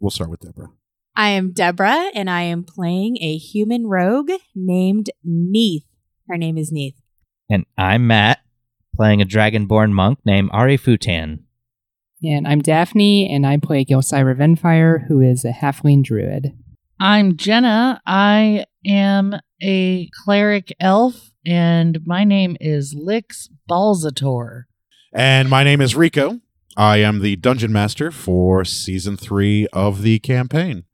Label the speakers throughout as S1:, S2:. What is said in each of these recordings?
S1: We'll start with Deborah.
S2: I am Deborah, and I am playing a human rogue named Neith. Her name is Neith.
S3: And I'm Matt, playing a dragonborn monk named Ari Futan.
S4: And I'm Daphne, and I play Gilcyra Venfire, who is a halfling druid.
S5: I'm Jenna. I am a cleric elf, and my name is Lix Balzator.
S1: And my name is Rico. I am the dungeon master for season three of the campaign.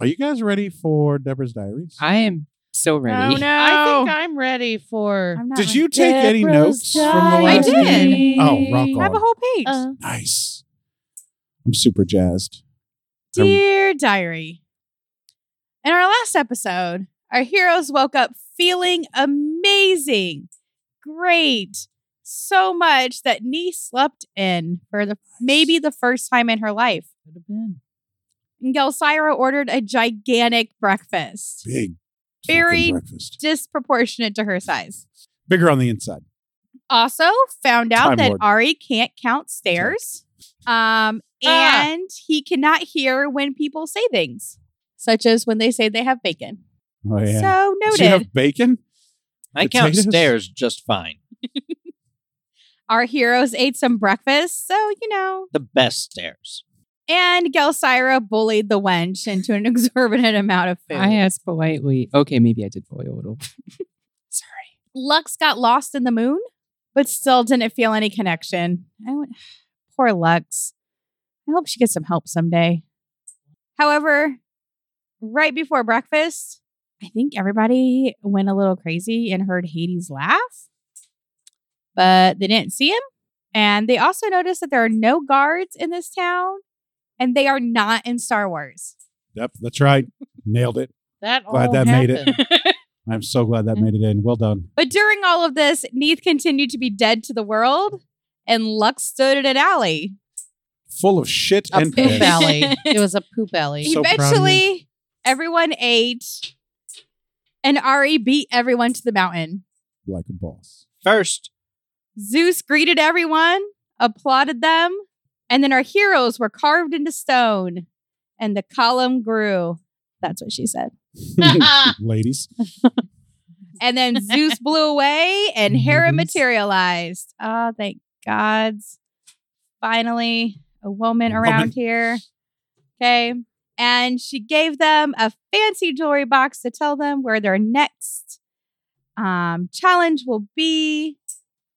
S1: Are you guys ready for Deborah's Diaries?
S4: I am so ready.
S2: Oh, no.
S5: I think I'm ready for.
S2: I'm not
S1: did
S2: like-
S1: you take any notes
S5: Deborah's
S1: from the
S2: I
S1: last?
S2: did.
S1: meeting? Oh, rock
S2: I have a
S1: on!
S2: whole page.
S5: Uh,
S1: Nice. I'm super jazzed.
S2: Dear diary. In our last episode, our heroes woke up feeling amazing, great, so much that Nee slept in for the maybe the first time in her life.
S5: could have been.
S2: And Gelsira ordered a gigantic breakfast,
S1: Big. fucking
S2: Very-
S1: breakfast.
S2: disproportionate to her size.
S1: Bigger on the inside.
S2: also found out
S1: Time
S2: that
S1: Lord.
S2: Ari can't count stairs. Um,
S5: Ah.
S2: and he cannot hear when people say things, such as when they say they have bacon.
S1: Oh yeah.
S2: So
S1: Do you
S2: noted.
S1: have bacon?
S3: I count
S1: Potatoes?
S3: stairs just fine.
S2: Our heroes ate some breakfast, so you know.
S3: The best stairs.
S2: And Gelsira bullied the wench into an exorbitant amount of food.
S4: I asked politely. Okay, maybe I did bully a little. Sorry.
S2: Lux got lost in the moon, but still didn't feel any connection. I went, poor Lux. I hope she gets some help someday. However, right before breakfast, I think everybody went a little crazy and heard Hades laugh, but they didn't see him. And they also noticed that there are no guards in this town and they are not in Star Wars.
S1: Yep, that's right. Nailed it.
S5: That
S1: Glad
S5: all
S1: that made it.
S5: happened.
S1: I'm so glad that made it in. Well done.
S2: But during all of this, Neith continued to be dead to the world, and Lux stood in an alley.
S1: Full of shit
S5: A
S1: and
S5: poop
S1: piss.
S2: out.
S5: alley. It was a poop alley.
S1: So proud of you.
S2: Eventually, everyone ate, and Ari beat everyone to the mountain.
S1: like a boss.
S3: First,
S2: Zeus greeted everyone, applauded them, and then our heroes were carved into stone, and the column grew. That's what she said.
S1: Ladies.
S2: And then Zeus blew away, and
S3: Mm-hmm.
S2: Hera
S4: Nice.
S2: materialized. Oh, thank gods. Finally, a woman
S1: A woman.
S2: around here. Okay. And she gave them a fancy jewelry box to tell them where their next um, challenge will be.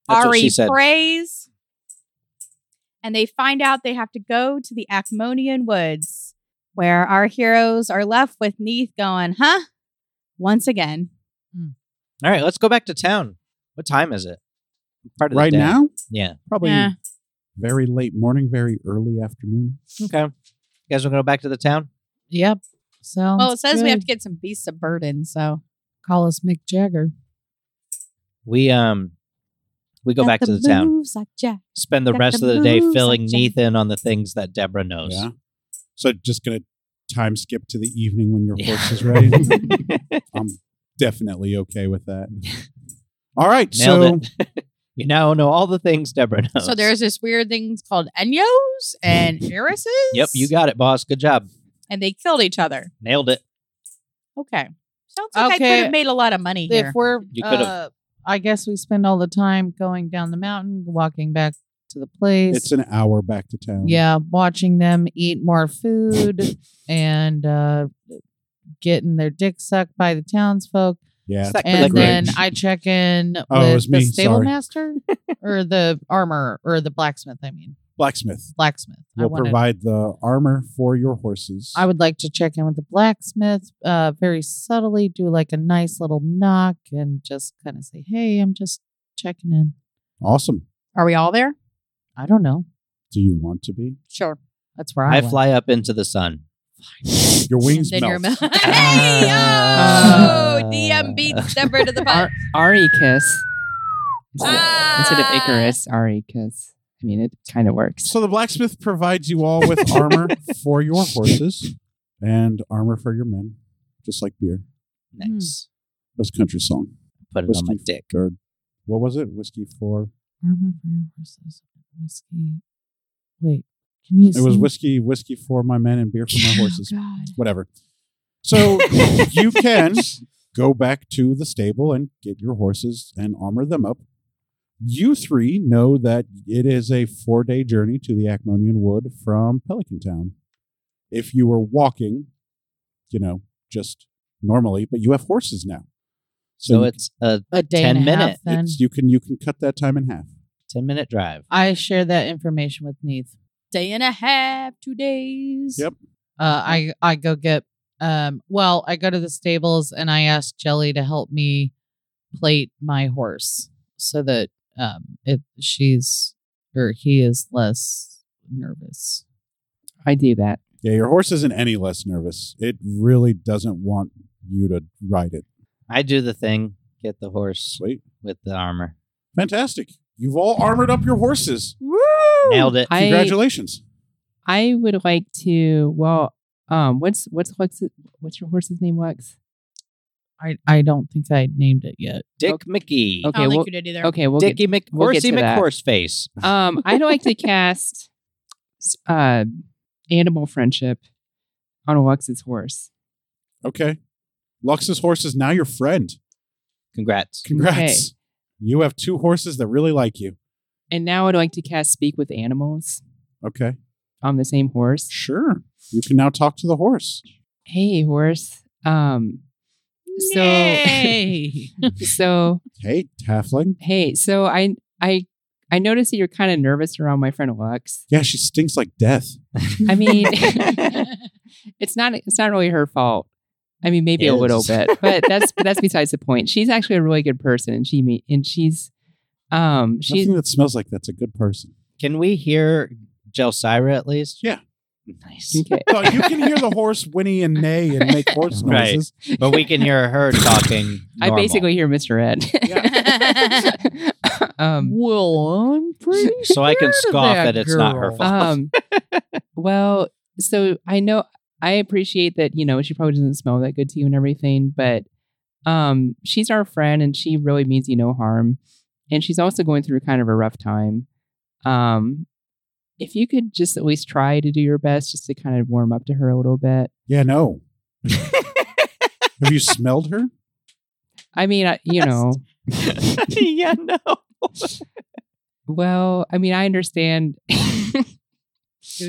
S3: That's what
S2: Ari
S3: she said.
S2: prays. And they find out they have to go to the Acmonian woods, where our heroes are left with Neith going, huh? Once again.
S3: all right, let's go back to town. What time is it? Part of the
S1: Right
S3: day.
S1: now?
S3: Yeah.
S1: Probably
S2: Yeah.
S1: very late morning, very early afternoon.
S3: Okay. You guys want to go back to the town?
S5: Yep. So
S2: Well, it says we have to get some beasts of burden, so
S5: call us Mick Jagger.
S3: We um, we go
S2: Got
S3: back to the town.
S2: moves like Jack.
S3: Spend the
S2: got
S3: rest
S2: the
S3: of the day
S2: moves
S3: filling
S2: like Jack.
S3: Nathan on the things that Deborah knows.
S1: Yeah. So just gonna time skip to the evening when your
S3: Yeah.
S1: horse is ready. I'm definitely okay with that. All right, so
S3: Nailed it. you now know all the things Deborah knows.
S2: So there's this weird things called Enyos and Eirises.
S3: Yep, you got it, boss. Good job.
S2: and they killed each other.
S3: Nailed it.
S2: Okay. Sounds like I
S5: Okay.
S2: could have made a lot of money here.
S5: If we're,
S3: You could've.
S5: uh, I guess we spend all the time going down the mountain, walking back to the place.
S1: it's an hour back to town.
S5: yeah, watching them eat more food and uh, getting their dick sucked by the townsfolk.
S1: Yeah.
S4: It's that
S1: pretty
S5: and
S4: great.
S5: then I check in
S1: Oh, it was
S5: with the
S1: me,
S5: stable
S1: sorry.
S5: master or the armor or the blacksmith. I mean,
S1: blacksmith
S5: blacksmith. I
S1: will
S5: wanted-
S1: provide the armor for your horses.
S5: I would like to check in with the blacksmith, uh, very subtly, do like a nice little knock and just kind of say, "Hey, I'm just checking in."
S1: awesome.
S2: Are we all there?
S5: I don't know.
S1: Do you want to be?
S5: Sure, that's where I,
S3: I
S5: went.
S3: fly up into the sun.
S1: Your wings
S2: Then
S1: melt.
S2: you're mel- hey,
S3: Ah.
S2: oh, DM beats Deborah to the punch.
S4: Ar- Aricus. Instead,
S2: Ah.
S4: instead of Icarus, Aricus. I mean, it kind of works.
S1: So the blacksmith provides you all with armor for your horses and armor for your men, just like beer.
S3: Nice.
S1: It
S2: Hmm.
S1: was a country song.
S3: Put it on my
S1: Whiskey
S3: dick.
S1: or what was it? Whiskey for?
S5: Armor for your horses, whiskey. Wait, can you?
S1: It was
S5: sing?
S1: whiskey, whiskey for my men, and beer for my horses.
S5: Oh, God.
S1: Whatever. So you can go back to the stable and get your horses and armor them up. You three know that it is a four day journey to the Acmonian Wood from Pelican Town. If you were walking, you know, just normally, but you have horses now.
S3: So
S1: you-
S3: it's a
S5: A day
S3: 10
S5: and a half.
S3: minute.
S5: Then
S1: it's- you can you can cut that time in half.
S3: 10 minute drive.
S5: I share that information with Neith.
S2: Day and a half, two days.
S1: Yep.
S5: Uh, I I go get um. Well, I go to the stables and I ask Jelly to help me plate my horse so that um it she's or he is less nervous.
S4: I do that.
S1: Yeah, your horse isn't any less nervous. It really doesn't want you to ride it.
S3: I do the thing, get the horse
S1: Sweet.
S3: with the armor.
S1: Fantastic. You've all armored up your horses.
S2: Woo!
S3: Nailed it.
S4: I-
S1: Congratulations.
S4: I would like to. Well, um, what's what's Lux? What's your horse's name, Lux?
S5: I I don't think I named it yet.
S3: Dick
S4: okay.
S3: Mickey.
S2: I
S4: Okay,
S2: don't
S4: well,
S2: think you did either.
S4: okay, we'll
S3: Dickie Mc
S4: we'll get
S3: Horsey
S4: to that.
S3: McHorseface.
S4: get. Um, I'd like to cast s- uh, animal friendship on Lux's horse.
S1: Okay. Lux's horse is now your friend.
S3: Congrats.
S1: Congrats.
S4: Okay.
S1: You have two horses that really like you.
S4: And now I'd like to cast speak with animals
S1: Okay.
S4: on the same horse.
S1: Sure. You can now talk to the horse.
S4: Hey, horse. Um, so
S5: Yay!
S4: so
S1: Hey, Halfling.
S4: hey, so I I I noticed that you're kind of nervous around my friend Lux.
S1: Yeah, she stinks like death.
S4: I mean, it's not it's not really her fault. I mean, maybe a
S3: It
S4: little
S3: is.
S4: bit, but that's but that's besides the point. She's actually a really good person, and she me and she's um she's
S1: Nothing that smells like that's a good person.
S3: Can we hear Jelsira at least?
S1: Yeah.
S3: Nice.
S4: okay.
S1: So you can hear the horse whinny and neigh and make horse
S3: Right.
S1: noises.
S3: but we can hear her talking.
S4: I
S3: normal.
S4: basically hear Mr. Ed. um,
S5: well, I'm pretty.
S3: So I can
S5: scared of
S3: scoff
S5: that
S3: that it's not her
S5: girl.
S3: fault.
S4: um, well, so I know I appreciate that you know she probably doesn't smell that good to you and everything, but um, she's our friend and she really means you no harm, and she's also going through kind of a rough time. Um, if you could just at least try to do your best, just to kind of warm up to her a little bit.
S1: Yeah, no. have you smelled her?
S4: I mean, I, you know,
S5: yeah, no.
S4: well, I mean, I understand
S5: Do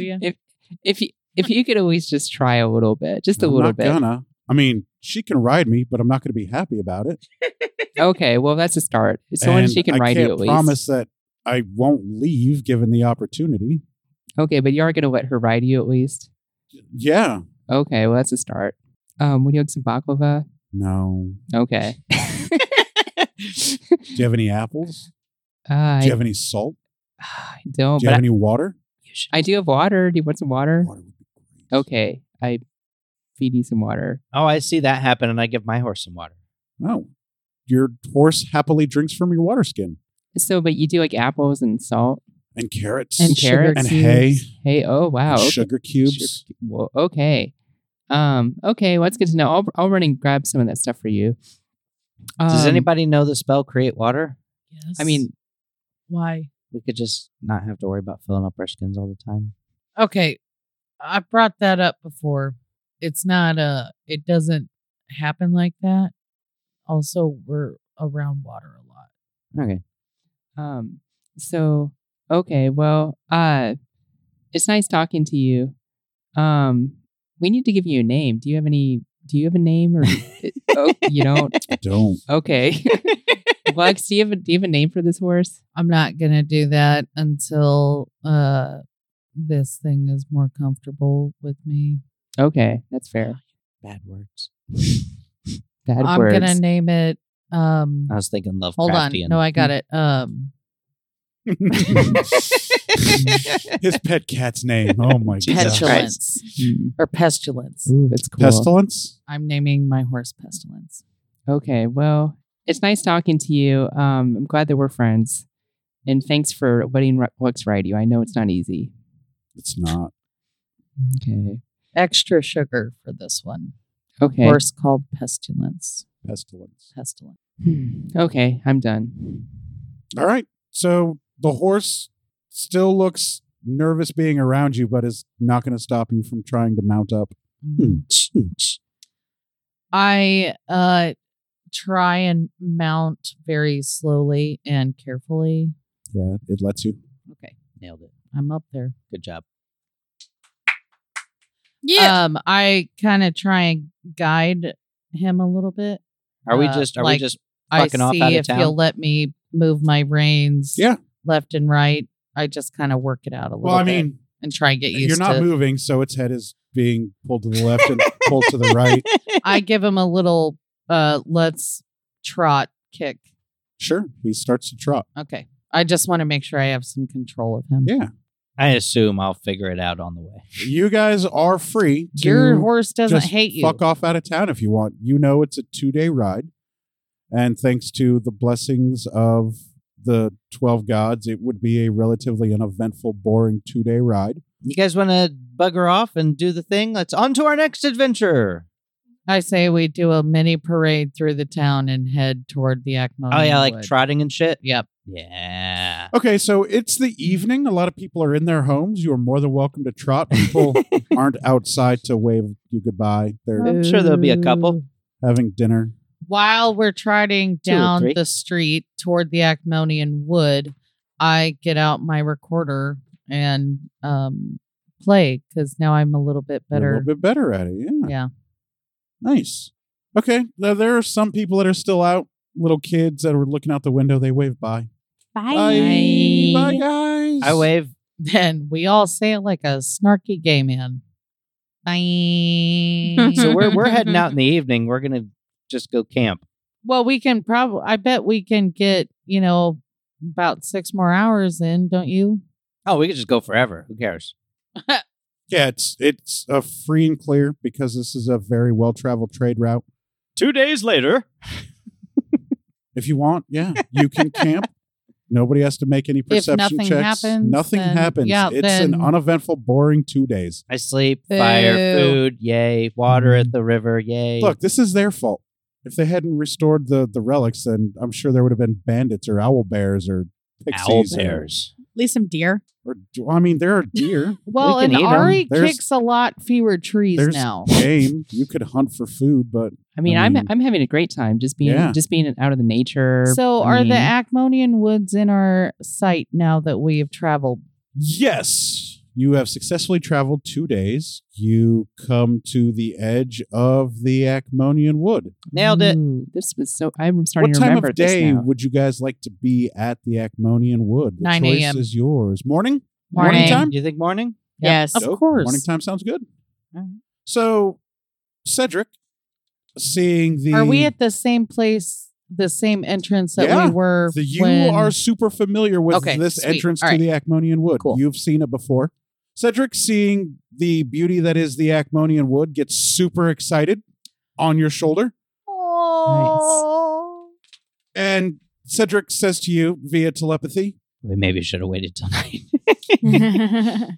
S5: you?
S4: if you if you could at least just try a little bit, just a
S1: I'm
S4: little
S1: not
S4: bit.
S1: Gonna. I mean, she can ride me, but I'm not going to be happy about it.
S4: Okay, well, that's a start. So long as
S1: And
S4: she can
S1: I
S4: ride
S1: can't
S4: you at least.
S1: promise that I won't leave given the opportunity.
S4: Okay, but you are going to let her ride you at least.
S1: Yeah.
S4: Okay, well, that's a start. Um, would you like some baklava?
S1: No.
S4: Okay.
S1: Do you have any apples?
S4: Uh,
S1: Do you
S4: I,
S1: have any salt?
S4: I don't,
S1: Do you
S4: but
S1: have
S4: I,
S1: any water?
S4: I do have water. Do you want some water?
S1: Water would be great.
S4: Okay, I feed you some water.
S3: oh, I see that happen, and I give my horse some water.
S1: No. Your horse happily drinks from your water skin
S4: So, but you do like apples and salt
S1: and carrots
S4: and
S5: Sugar
S4: carrots
S1: and hay
S4: Hey, oh, wow.
S1: and
S4: okay.
S1: sugar cubes.
S4: Sugar- Well, okay. Um, okay, well, that's good to know. I'll, I'll run and grab some of that stuff for you.
S3: Does
S4: Um,
S3: anybody know the spell create water?
S5: Yes.
S4: I mean,
S5: why?
S3: We could just not have to worry about filling up our skins all the time.
S5: okay i brought that up before it's not uh it doesn't happen like that also we're around water a lot
S3: Okay.
S4: Um, so okay, well, uh, it's nice talking to you. Um, we need to give you a name. Do you have any do you have a name or oh, you don't?
S1: Don't.
S4: Okay. Lux, do you have a do you have a name for this horse?
S5: I'm not gonna do that until uh this thing is more comfortable with me.
S4: Okay, that's fair.
S3: Bad words.
S4: Bad
S5: I'm
S4: words. Uh,
S5: gonna name it um
S3: I was thinking Lovecraftian.
S5: hold on. No, I got it. Um
S4: Oh.
S1: His pet cat's name. Oh my
S3: Jesus
S1: god.
S3: Christ.
S5: Petulance.
S4: Mm.
S5: Or pestilence.
S4: Ooh, that's cool.
S1: Pestilence.
S5: I'm naming my horse pestilence.
S4: Okay, well, it's nice talking to you. Um, I'm glad that we're friends, and thanks for letting Ru- Lux ride you. I know it's not easy.
S1: It's not.
S4: Okay.
S5: Extra sugar for this one.
S4: Okay.
S5: Horse called pestilence.
S1: Pestilence.
S5: Pestilence.
S4: Hmm. Okay, I'm done.
S1: All right. So the horse still looks nervous being around you, but is not going to stop you from trying to mount up.
S5: Mm-hmm. Hmm. I uh try and mount very slowly and carefully.
S1: Yeah, it lets you.
S3: Nailed it.
S5: I'm up there.
S3: Good job.
S2: Yeah.
S5: Um I kind of try and guide him a little bit.
S3: Are we
S5: Uh,
S3: just? Are
S5: like,
S3: we just?
S5: I see
S3: Fucking off out of
S5: if
S3: town?
S5: you'll let me move my reins
S1: Yeah.
S5: left and right. I just kind of work it out a little
S1: Well, I
S5: bit
S1: mean,
S5: and try and get used
S1: you're not
S5: to
S1: moving, so its head is being pulled to the left and pulled to the right.
S5: I give him a little uh let's trot kick.
S1: Sure, he starts to trot.
S5: Okay. I just want to make sure I have some control of him.
S1: Yeah,
S3: I assume I'll figure it out on the way.
S1: you guys are free. To
S5: Your horse doesn't
S1: just
S5: hate you.
S1: Fuck off out of town if you want. You know it's a two day ride, and thanks to the blessings of the twelve gods, it would be a relatively uneventful, boring two day ride.
S3: You guys want to bugger off and do the thing? Let's on to our next adventure.
S5: I say we do a mini parade through the town and head toward the ECMO.
S3: Oh yeah, like trotting and shit.
S5: Yep.
S3: Yeah.
S1: Okay, so it's the evening. A lot of people are in their homes. You are more than welcome to trot. People aren't outside to wave you goodbye. They're
S3: I'm sure there'll be a couple.
S1: having dinner.
S5: While we're trotting
S3: or
S5: down
S3: three.
S5: the street toward the Acmonian Wood, I get out my recorder and um, play because now I'm a little bit
S1: You're a
S5: better.
S1: little bit better at it. Yeah.
S5: Yeah.
S1: Nice. Okay. Now there are some people that are still out. Little kids that are looking out the window. They wave bye. Bye, bye guys.
S3: I wave.
S5: Then we all say it like a snarky gay man. Bye.
S3: So we're we're heading out in the evening. We're gonna just go camp.
S5: Well, we can probably. I bet we can get you know about six more hours in, don't you?
S3: Oh, we could just go forever. Who cares?
S1: Yeah, it's it's a free and clear because this is a very well traveled trade route.
S3: Two days later.
S1: If you want, yeah, you can camp. Nobody has to make any perception
S5: nothing
S1: checks.
S5: happens,
S1: nothing
S5: then-
S1: happens.
S5: yeah,
S1: it's
S5: then-
S1: an uneventful, boring two days.
S3: I sleep, fire,
S5: Boo.
S3: food, yay, water at the river, yay.
S1: Look, this is their fault. If they hadn't restored the the relics, then I'm sure there would have been bandits or owl bears or
S3: owl
S1: pixies or-
S3: bears.
S2: At least some deer.
S1: Or, do I mean, there are deer.
S5: Well,
S3: can
S5: and
S3: eat 'em.
S5: Ari
S1: There's-
S5: kicks a lot fewer trees
S1: There's
S5: now.
S1: game. You could hunt for food, but
S4: I mean,
S1: I
S4: I am
S1: mean-
S4: I'm having a great time just being
S1: Mm. Yeah.
S4: just being out of the nature.
S5: So
S4: I
S5: are the
S4: mean,
S5: Acmonian woods in our sight now that we have traveled?
S1: yes, you have successfully traveled two days. You come to the edge of the Acmonian Wood.
S3: Nailed it.
S4: Ooh, this was so. I'm starting
S1: what
S4: to
S1: time
S4: remember
S1: of
S4: this
S1: day
S4: now.
S1: would you guys like to be at the Acmonian Wood? The
S5: 9
S1: choice
S5: a.m..
S1: is yours. Morning?
S2: Morning.
S1: time?
S3: You think morning?
S5: Yes. Of
S1: Dope.
S5: course.
S1: Morning time sounds good. So, Cedric, seeing the
S5: Are we at the same place, the same entrance that
S1: Yeah.
S5: we were?
S1: The, you
S5: when-
S1: are super familiar with
S5: Okay,
S1: this
S5: sweet.
S1: entrance
S5: All
S1: to the Acmonian Wood.
S5: Cool.
S1: You've seen it before. Cedric, seeing the beauty that is the Acmonian Wood, gets super excited on your shoulder.
S2: Oh.
S1: And Cedric says to you via telepathy,
S3: We maybe should have waited till night.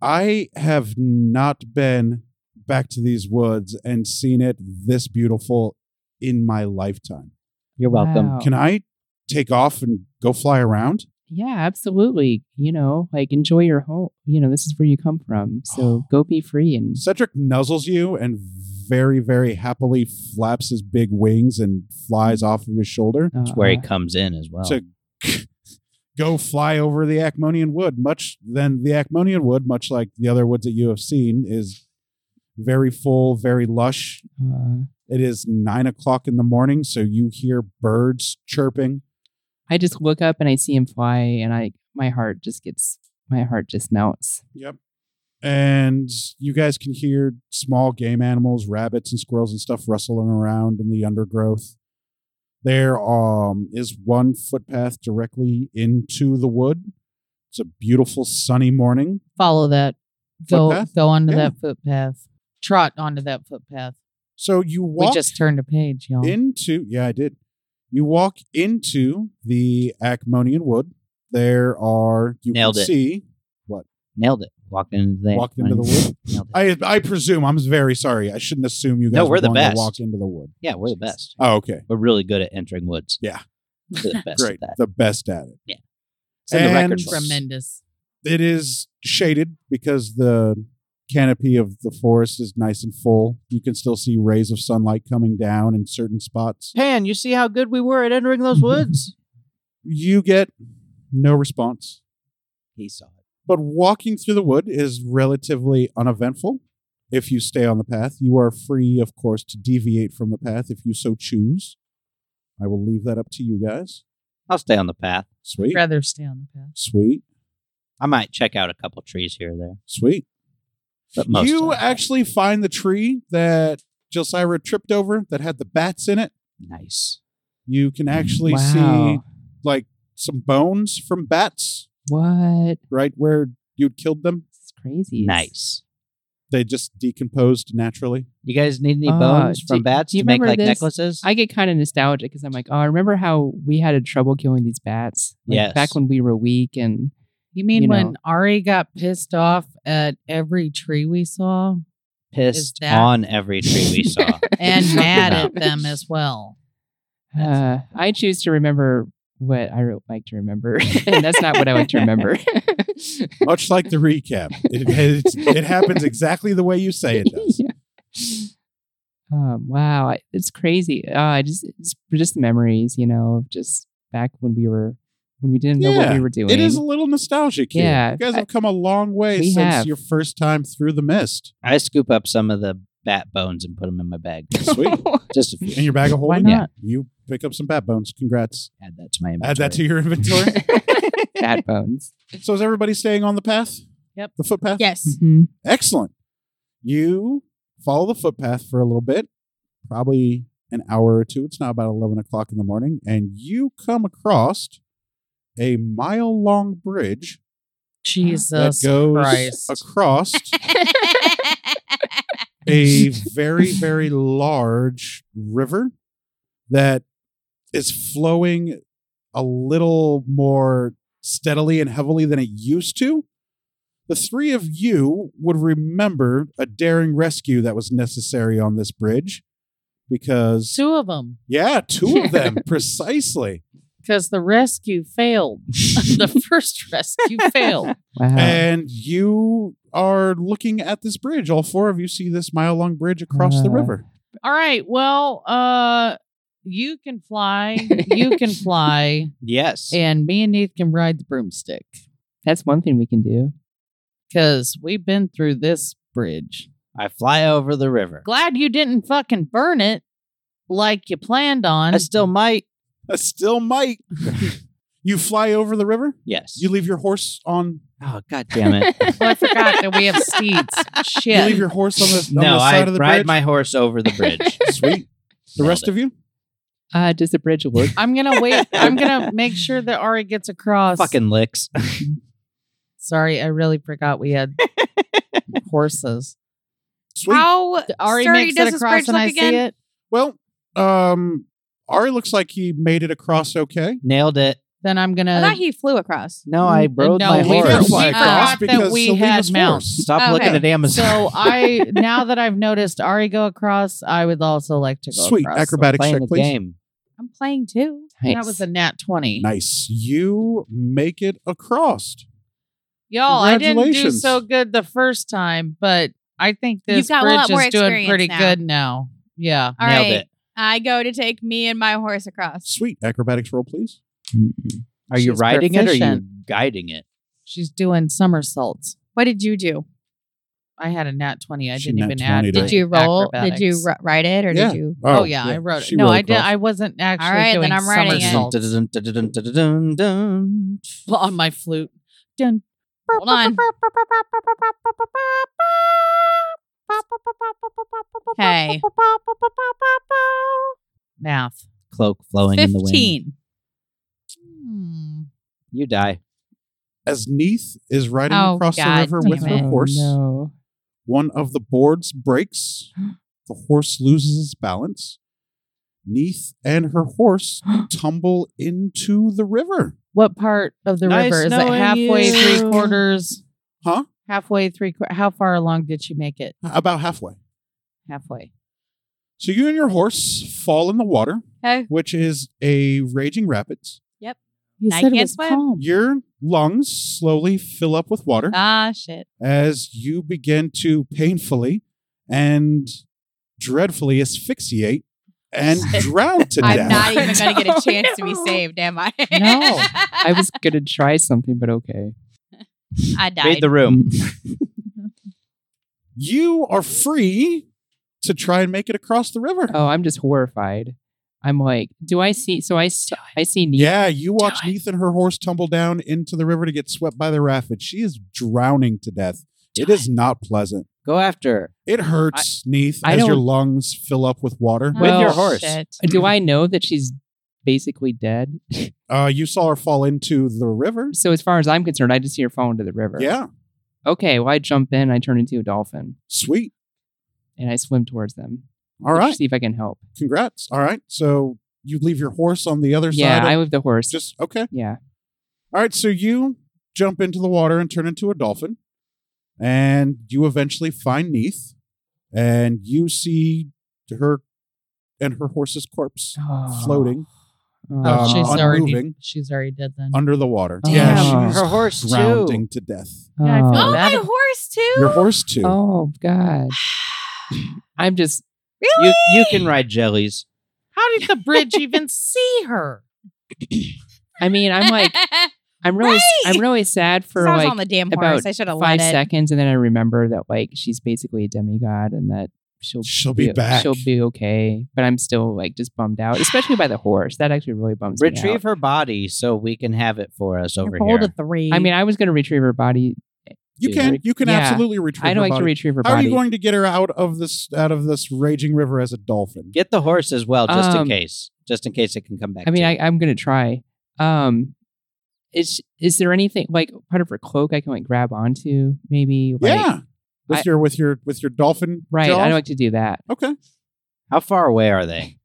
S1: I have not been back to these woods and seen it this beautiful in my lifetime.
S3: You're welcome.
S4: Wow.
S1: Can I take off and go fly around?
S4: Yeah, absolutely. You know, like enjoy your home. You know, this is where you come from. So go be free and
S1: Cedric nuzzles you and very, very happily flaps his big wings and flies off of your shoulder
S4: uh,
S3: That's where he comes in as well.
S1: to go fly over the Acmonian Wood, much then the Acmonian Wood, much like the other woods that you have seen, is very full, very lush.
S4: Uh,
S1: It is nine o'clock in the morning, so you hear birds chirping.
S4: I just look up and I see him fly, and I my heart just gets my heart just melts.
S1: Yep. And you guys can hear small game animals, rabbits and squirrels and stuff rustling around in the undergrowth. There um, is one footpath directly into the wood. It's a beautiful sunny morning.
S5: Follow that. Go
S1: Footpath?
S5: go onto
S1: Yeah.
S5: that footpath. Trot onto that footpath.
S1: So you walk.
S5: We just turned a page, y'all.
S1: into yeah i did you walk into the acmonian wood there are you
S3: Nailed
S1: can
S3: it.
S1: see
S3: Nailed it. Walked into the
S1: Walked into the wood.
S3: Nailed it.
S1: i i presume i'm very sorry i shouldn't assume you guys
S3: No,
S1: were
S3: we're the
S1: going to
S3: best.
S1: walk into the wood
S3: yeah, we're the best.
S1: oh okay
S3: We're really good at entering woods.
S1: Yeah.
S3: We're the best
S1: great
S3: at that.
S1: the best at it
S3: It's in the
S1: And-
S3: record books.
S5: Tremendous.
S1: it is shaded because the canopy of the forest is nice and full you can still see rays of sunlight coming down in certain spots
S6: Pan, you see how good we were at entering those woods?
S1: you get no response
S3: He saw it.
S1: But walking through the wood is relatively uneventful if you stay on the path. You are free, of course, to deviate from the path if you so choose. I will leave that up to you guys.
S3: I'll stay on the path.
S1: Sweet.
S5: Rather stay on the path.
S1: Sweet.
S3: I might check out a couple trees here or there,
S1: Sweet.
S3: but most of
S1: you
S3: them.
S1: actually find the tree that Jelsira tripped over that had the bats in it.
S3: nice.
S1: You can actually see
S4: Wow.
S1: like some bones from bats
S4: What?
S1: right where you'd killed them.
S4: This is crazy.
S3: Nice.
S1: They just decomposed naturally.
S3: You guys need any
S4: Uh,
S3: bones
S4: do-
S3: from bats
S4: do you
S3: to make
S4: remember
S3: like
S4: this?
S3: necklaces?
S4: I get kind of nostalgic because I'm like, oh, I remember how we had a trouble killing these bats. Like,
S3: Yes.
S4: Back when we were weak and
S5: You mean
S4: You
S5: when
S4: know.
S5: Ari got pissed off at every tree we saw
S3: Pissed
S5: that-
S3: on every tree we saw.
S5: and mad
S3: No.
S5: at them as well?
S4: uh, I choose to remember what I re- like to remember. and that's not what I like to remember.
S1: Much like the recap, it, it's- it happens exactly the way you say it does.
S4: Yeah. Um, wow, I- it's crazy. Uh, I just it's just memories, you know, of just back when we were when we didn't know what
S1: Yeah,
S4: we were doing.
S1: It is a little nostalgic here.
S4: Yeah,
S1: you guys
S4: I-
S1: have come a long way
S4: We
S1: since
S4: have.
S1: your first time through the mist.
S3: I scoop up some of the bat bones and put them in my bag.
S1: Sweet.
S3: Just a few.
S1: In your bag of
S4: Why
S1: holding,
S4: not?
S1: you pick up some bat bones. Congrats.
S3: Add that to my inventory.
S1: Add that to your inventory.
S4: Bad bones.
S1: so is everybody staying on the path?
S5: Yep.
S1: The footpath.
S2: Yes.
S1: Mm-hmm. Excellent. You follow the footpath for a little bit, probably an hour or two. It's now about eleven o'clock in the morning, and you come across a mile-long bridge
S5: Jesus
S1: that goes
S5: Christ.
S1: across a very, very large river that is flowing a little more steadily and heavily than it used to. The three of you would remember a daring rescue that was necessary on this bridge because,
S5: Two of them
S1: yeah, two of them precisely.
S5: because the rescue failed. the first rescue failed.
S4: Wow.
S1: And you are looking at this bridge. All four of you see this mile long bridge across the
S4: Uh,
S1: river.
S5: All right. Well, uh, you can fly. You can fly.
S3: Yes.
S5: and me and Neith can ride the broomstick
S4: That's one thing we can do.
S5: because we've been through this bridge.
S3: I fly over the river.
S5: Glad you didn't fucking burn it like you planned on.
S3: I still might.
S1: I still might. you fly over the river?
S3: Yes.
S1: You leave your horse on.
S3: oh god damn it!
S5: Well, I forgot that we have steeds. Shit.
S1: You leave your horse on the, on
S3: no,
S1: the
S3: I
S1: side of the
S3: ride
S1: bridge.
S3: my horse over the bridge.
S1: Sweet. The
S3: Nailed
S1: rest
S3: it.
S1: of you,
S4: Uh, does the bridge look?
S5: I'm gonna wait. I'm gonna make sure that Ari gets across.
S3: fucking licks.
S5: Sorry, I really forgot we had horses.
S1: sweet.
S2: How
S5: Ari
S2: sturdy
S5: makes
S2: does
S5: it
S2: this
S5: across
S2: bridge
S5: and
S2: look
S5: I
S2: again?
S5: see it.
S1: Well, um, Ari looks like he made it across okay.
S3: Nailed it.
S5: Then I'm
S2: I
S5: gonna.
S2: thought he flew across.
S3: No, I
S5: Mm,
S3: rode
S5: no,
S3: my
S5: we
S1: You
S3: horse.
S1: can't
S5: don't-
S1: fly
S5: we
S1: across
S5: forgot that
S1: because
S5: we
S1: Selena's
S5: had
S1: horse.
S5: mounts.
S3: Stop
S2: Okay.
S3: looking at Amazon.
S5: so I now that I've noticed Ari go across, I would also like to go
S1: Sweet
S5: across.
S1: acrobatic
S3: playing
S1: check,
S3: the
S1: please.
S3: game.
S2: I'm playing too.
S5: That was a nat twenty.
S1: Nice. You make it across.
S5: Y'all, I didn't do
S1: Congratulations.
S5: so good the first time, but I think this
S2: You've got a
S5: bridge
S2: lot more
S5: is doing
S2: experience
S5: pretty
S2: now.
S5: good now. Yeah.
S2: All right,
S3: Nailed it.
S2: I go to take me and my horse across.
S1: Sweet acrobatics roll, please.
S3: Are you
S5: She's
S3: riding it or are you
S5: proficient.
S3: guiding it?
S5: She's doing somersaults.
S2: What did you do?
S5: I had a nat twenty. I
S1: She nat
S5: didn't even add.
S1: 20'd
S5: my
S1: it.
S2: Did you roll? Did you
S5: acrobatics.
S2: ri- write it or
S1: Yeah.
S2: did you?
S5: Oh, yeah, I wrote
S1: she
S5: it. No,
S1: rolled
S5: I did.
S1: across.
S5: I wasn't actually
S2: All right, then
S5: doing
S2: I'm writing it.
S5: somersaults on my flute. Dun.
S2: Hold on. Okay.
S5: Math.
S3: Cloak flowing in the wind.
S2: 15.
S5: Hmm.
S3: You die.
S1: As Neath is riding
S2: Oh,
S1: across
S2: God
S1: the river with
S2: damn
S1: her
S2: it.
S1: horse,
S5: Oh,
S4: Oh, No.
S1: one of the boards breaks. The horse loses its balance. Neath and her horse tumble into the river.
S5: What part of the
S6: Nice
S5: river is it?
S6: knowing
S5: Halfway,
S6: you.
S5: three quarters.
S1: Huh?
S5: Halfway, three. Qu- how far along did she make it?
S1: About halfway.
S5: Halfway.
S1: So you and your horse fall in the water,
S2: Okay.
S1: which is a raging rapids.
S5: You
S2: I
S5: said it
S2: can't
S5: was
S2: swim.
S5: calm.
S1: Your lungs slowly fill up with water
S2: Ah, shit.
S1: as you begin to painfully and dreadfully asphyxiate and drown to
S2: I'm
S1: death.
S2: not e- even going to get a chance to be
S4: No.
S2: saved, am I?
S4: No. I was going to try something, but okay.
S2: I died.
S3: Read the room.
S1: you are free to try and make it across the river.
S4: Oh, I'm just horrified. I'm like, do I see? So I, s- I see Neith.
S1: Yeah, you watch Neith and her horse tumble down into the river to get swept by the rapids. She is drowning to death. It is not pleasant.
S3: Go after her.
S1: It hurts, Neith,
S4: I
S1: as your
S4: don't-
S1: lungs fill up with water.
S4: With your
S3: horse.
S2: shit.
S1: Mm-hmm.
S4: Do I know that she's basically dead?
S1: Uh, you saw her fall into the river.
S4: So as far as I'm concerned, I just see her fall into the river.
S1: Yeah,
S4: Okay. Well, I jump in. I turn into a dolphin
S1: sweet.
S4: and I swim towards them.
S1: All right,
S4: See if I can help.
S1: congrats. All right, so you leave your horse on the other
S4: yeah.
S1: side.
S4: I
S1: of-
S4: with the horse.
S1: just okay.
S4: yeah.
S1: All right, so you jump into the water and turn into a dolphin, and you eventually find Neith, and you see her and her horse's corpse
S4: Ah.
S1: floating
S4: Oh.
S5: Oh,
S1: Um,
S5: she's already.
S1: unmoving.
S5: She's already dead then.
S1: under the water.
S4: Damn,
S1: Yeah,
S4: her
S1: she's
S6: horse, too.
S1: drowning to death.
S5: Yeah, I feel
S2: Oh,
S4: Oh.
S2: my
S5: That-
S2: horse, too?
S1: Your horse too.
S4: Oh, God. I'm just
S2: Really?
S3: You you can ride jellies.
S5: How did the bridge even see her?
S4: I mean, I'm like I'm really
S2: Right.
S4: I'm really sad for
S2: So I was
S4: like
S2: on the damn
S4: about
S2: horse. I should have let
S4: five
S2: it.
S4: seconds and then I remember that like she's basically a demigod and that she'll
S1: She'll be back.
S4: She'll be okay. But I'm still like just bummed out, especially by the horse. That actually really bums me out.
S3: Retrieve her body so we can have it for us over
S2: Rolled
S3: here.
S2: a three.
S4: I mean, I was gonna retrieve her body.
S1: you
S4: Dude,
S1: can
S4: re-
S1: you can
S4: yeah.
S1: absolutely retrieve.
S4: I'd
S1: her
S4: like
S1: body.
S4: to retrieve her
S1: How are
S4: body.
S1: you going to get her out of this out of this raging river as a dolphin?
S3: Get the horse as well, just in
S4: Um,
S3: case. Just in case it can come back.
S4: I mean,
S3: to
S4: I,
S3: you.
S4: I'm gonna try. Um is is there anything like part of her cloak I can like grab onto, maybe? Like,
S1: yeah, with
S4: I-
S1: your with your with your dolphin.
S4: Right.
S1: jaws?
S4: I'd like to do that.
S1: okay.
S3: how far away are they?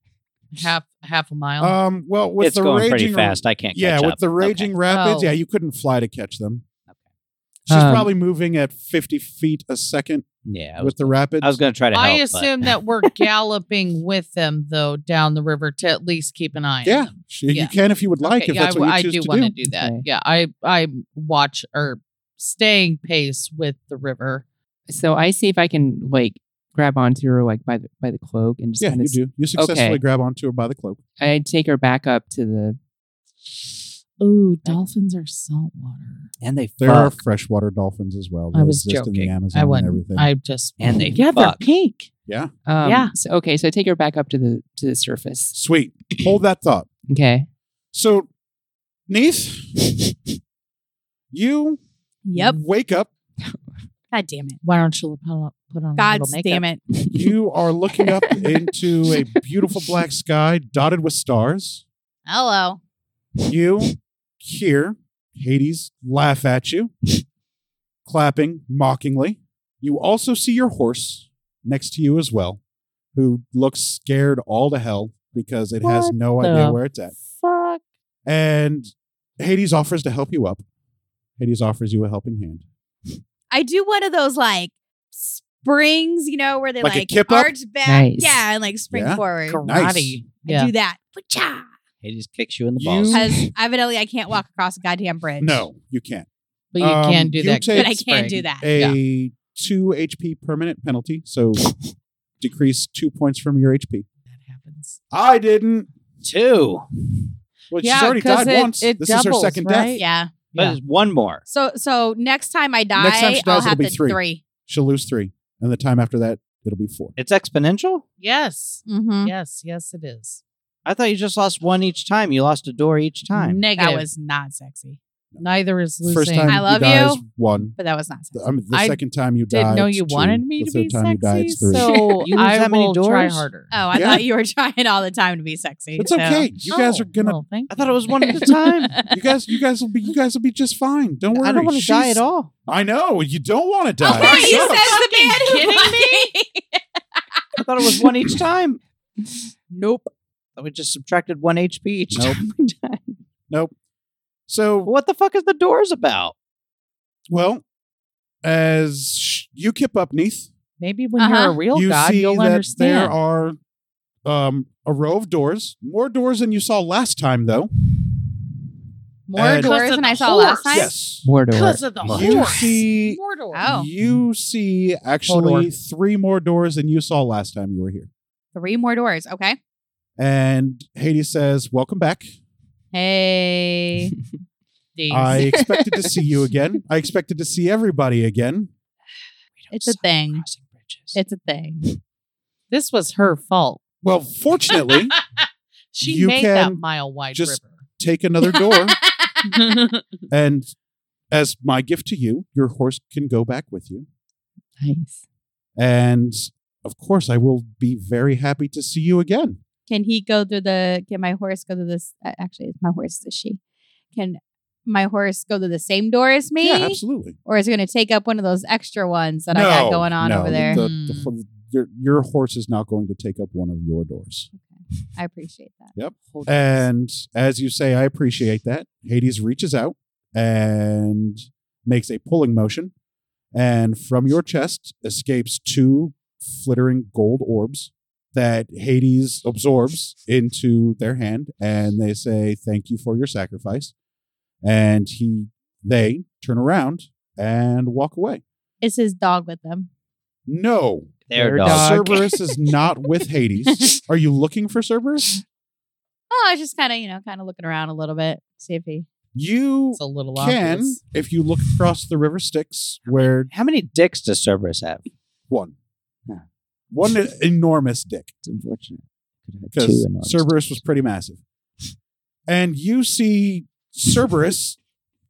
S5: Half half a mile.
S1: Um. Well, with
S3: it's
S1: the
S3: going
S1: raging
S3: pretty fast. I can't.
S1: Yeah,
S3: catch
S1: with
S3: up.
S1: the
S3: Okay.
S1: raging rapids.
S5: Oh.
S1: Yeah, you couldn't fly to catch them. She's
S4: Um,
S1: probably moving at fifty feet a second
S3: Yeah, I was,
S1: with the rapids.
S3: I was going to try to help.
S5: I
S3: but-
S5: assume that we're galloping with them though down the river to at least keep an eye. on
S1: yeah,
S5: them.
S1: she, you
S5: Yeah.
S1: can if you would like.
S5: Okay,
S1: if
S5: yeah,
S1: that's
S5: I,
S1: what you
S5: I
S1: choose
S5: do
S1: to
S5: want
S1: do.
S5: to do that.
S4: Okay.
S5: Yeah, I I watch or staying pace with the river.
S4: so I see if I can like grab onto her like by the by the cloak and just
S1: Yeah,
S4: kind
S1: you
S4: of
S1: do. You successfully
S4: Okay.
S1: grab onto her by the cloak.
S4: I take her back up to the
S5: Ooh, dolphins are saltwater.
S3: and they
S1: There are
S3: fuck.
S1: freshwater dolphins as well.
S5: I
S1: They
S5: was
S1: exist in
S5: joking.
S1: the Amazon
S5: I
S1: and
S5: wouldn't.
S1: everything.
S5: I just
S3: And they
S5: yeah,
S3: fuck.
S5: they're pink.
S4: um,
S5: Yeah.
S4: so- okay, so I take her back up to the to the surface.
S1: Sweet. Hold that thought.
S4: Okay,
S1: So, Neith, you
S2: yep.
S1: wake up.
S2: God damn it.
S5: Why don't you put on, put on
S2: God
S5: a little makeup?
S2: damn it.
S1: You are looking up into a beautiful black sky dotted with stars.
S2: Hello.
S1: You hear Hades laugh at you, clapping mockingly. You also see your horse next to you as well, who looks scared all to hell because it has
S5: What
S1: no idea
S5: the
S1: where it's at.
S5: Fuck.
S1: And Hades offers to help you up. Hades offers you a helping hand.
S2: I do one of those like springs, you know, where they
S1: Like
S2: like,
S1: a kip up?
S2: arch back.
S4: Nice.
S2: Yeah, and like spring
S1: Yeah.
S2: forward.
S5: Karate.
S1: Nice.
S2: I
S5: Yeah.
S2: do that. Pacha!
S3: Hades kicks you in the
S1: You-
S3: balls.
S2: Because evidently I can't walk across a goddamn bridge.
S1: No, you can't.
S5: But you
S1: Um,
S5: can do
S1: you
S5: that.
S1: take-
S2: But I can do that.
S1: a two HP permanent penalty, so decrease two points from your HP.
S5: That happens.
S1: I didn't.
S3: Two,
S1: Well,
S5: Yeah,
S1: she's already
S5: 'cause
S1: died
S5: it-
S1: once.
S5: it
S1: this is her
S5: doubles,
S1: second
S5: right?
S1: death.
S2: Yeah.
S3: but
S5: Yeah.
S3: it's one more.
S2: So so next time I die,
S1: Next time she dies,
S2: I'll
S1: it'll
S2: have
S1: be
S2: the
S1: three.
S2: three.
S1: She'll lose three. And the time after that, it'll be four.
S3: It's exponential?
S5: Yes.
S2: Mm-hmm.
S5: Yes. Yes, it is.
S3: I thought you just lost one each time. You lost a door each time.
S5: Negative.
S2: That was not sexy,
S5: Neither is losing.
S1: First time
S2: I love
S1: you die is
S2: you.
S1: one.
S2: but that was not sexy.
S1: The, uh, I mean, the
S5: I
S1: second time you die,
S5: didn't know
S1: it's
S5: you
S1: two.
S5: wanted me
S1: the
S5: to be
S1: third time you die,
S5: sexy,
S1: it's three.
S5: so
S3: You lose
S5: I
S3: that many
S5: will try
S3: doors?
S5: harder.
S2: Oh, I
S1: Yeah.
S2: thought you were trying all the time to be sexy.
S1: it's
S2: so-
S1: okay. You guys
S5: Oh,
S1: are gonna.
S5: well, thank
S3: I thought it was one at a time.
S1: You guys, you guys will be. You guys will be just fine. Don't worry.
S3: I don't want to
S1: She's-
S3: die at all.
S1: I know you don't want to
S2: Oh,
S1: die. It
S2: he says
S1: sucks.
S2: the man who
S5: kidding
S2: loved me.
S3: I thought it was one each time.
S4: Nope.
S3: We just subtracted one HP each
S1: Nope.
S3: time. we died.
S1: nope. So
S3: What the fuck is the doors about?
S1: well, as sh- you kip up, Neath,
S5: Maybe when
S2: Uh-huh.
S5: you're a real
S1: you
S5: god,
S1: see
S5: you'll
S1: that there
S5: understand.
S1: are um, a row of doors, more doors than you saw last time, though.
S2: More
S1: And-
S2: doors than I saw last time.
S1: Yes.
S4: Mordor.
S5: Because of the
S1: You
S5: horse.
S1: see-
S5: Mordor.
S2: Oh.
S1: You see actually three more doors than you saw last time you were here.
S2: Three more doors. Okay.
S1: And Hades says, Welcome back.
S2: Hey.
S5: Things.
S1: I expected to see you again. I expected to see everybody again.
S2: It's a thing.
S4: Crossing bridges.
S2: It's a thing.
S5: this was her fault.
S1: Well, fortunately,
S5: she
S1: you
S5: made
S1: can
S5: that mile wide
S1: just- take another door.
S5: river.
S1: And as my gift to you, your horse can go back with you.
S4: nice.
S1: And of course, I will be very happy to see you again.
S2: Can he go through the? Can my horse go through this? uh, Actually, it's my horse. Is she? Can my horse go through the same door as me,
S1: Yeah, absolutely.
S2: or is it going to take up one of those extra ones that I got going on
S1: no,
S2: over there? Hmm.
S1: the- the- your, your horse is not going to take up one of your doors.
S2: I appreciate that.
S1: And as you say, I appreciate that. Hades reaches out and makes a pulling motion. And from your chest escapes two flittering gold orbs that Hades absorbs into their hand. And they say, Thank you for your sacrifice. And he, they turn around and walk away.
S2: Is his dog with them?
S1: No,
S3: Their
S4: Their
S3: dog.
S4: dog.
S1: Cerberus is not with Hades. Are you looking for Cerberus?
S2: Oh, I was just kind of, you know, kind of looking around a little bit, see if he.
S1: You
S5: it's a little
S1: can
S5: obvious.
S1: if you look across the river Styx, where
S3: How many dicks does Cerberus have?
S1: one,
S3: Yeah.
S1: one e- enormous dick
S3: It's unfortunate. Could have had two
S1: because
S3: enormous
S1: Cerberus was pretty massive, and you see Cerberus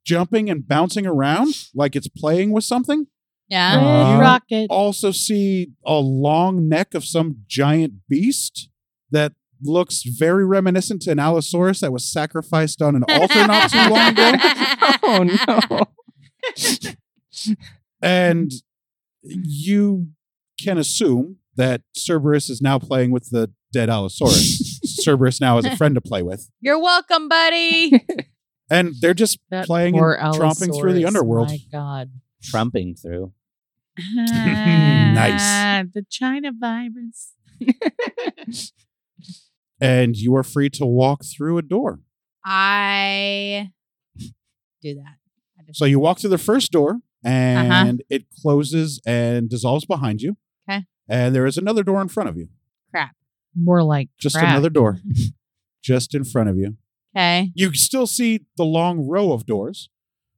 S1: jumping and bouncing around like it's playing with something.
S2: Yeah.
S1: Uh,
S5: Rocket.
S1: Also, see a long neck of some giant beast that looks very reminiscent to an Allosaurus that was sacrificed on an altar not too long ago.
S4: Oh no.
S1: And
S2: Mm-hmm.
S1: you can assume that Cerberus is now playing with the dead Allosaurus. Cerberus now has a friend to play with.
S2: You're welcome, buddy.
S1: And they're just
S5: That
S1: playing and
S5: poor
S1: tromping through the
S5: Allosaurus.
S1: underworld.
S5: My God.
S3: trumping through.
S1: Nice.
S5: Ah, The China virus.
S1: and you are free to walk through a door.
S2: I do that. I just-
S1: So you walk through the first door and
S2: Uh-huh.
S1: it closes and dissolves behind you.
S2: 'Kay.
S1: And there is another door in front of you.
S5: More like
S1: Just
S5: crap.
S1: another door. just in front of you.
S2: okay.
S1: You still see the long row of doors,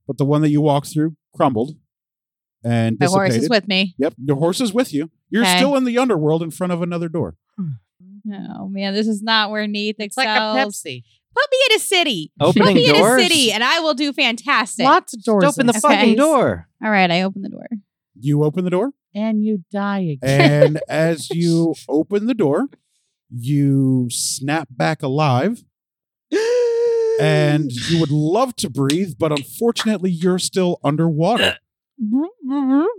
S1: but the one that you walk through crumbled and
S2: My horse
S1: dissipated.
S2: is with me.
S1: Yep, your horse is with you. You're
S2: Okay.
S1: still in the underworld in front of another door.
S2: Oh man, this is not where Neith
S5: It's like a
S2: excels.
S5: Pepsi.
S2: Put me in a city. Put
S3: Opening
S2: me in
S3: doors.
S2: a city, and I will do fantastic.
S5: Lots of doors.
S3: Just open the
S5: in
S2: Okay.
S3: fucking
S5: space.
S3: door.
S2: All right, I open the door.
S1: You open the door,
S5: And you die again.
S1: and as you open the door, you snap back alive, and you would love to breathe, but unfortunately, you're still underwater.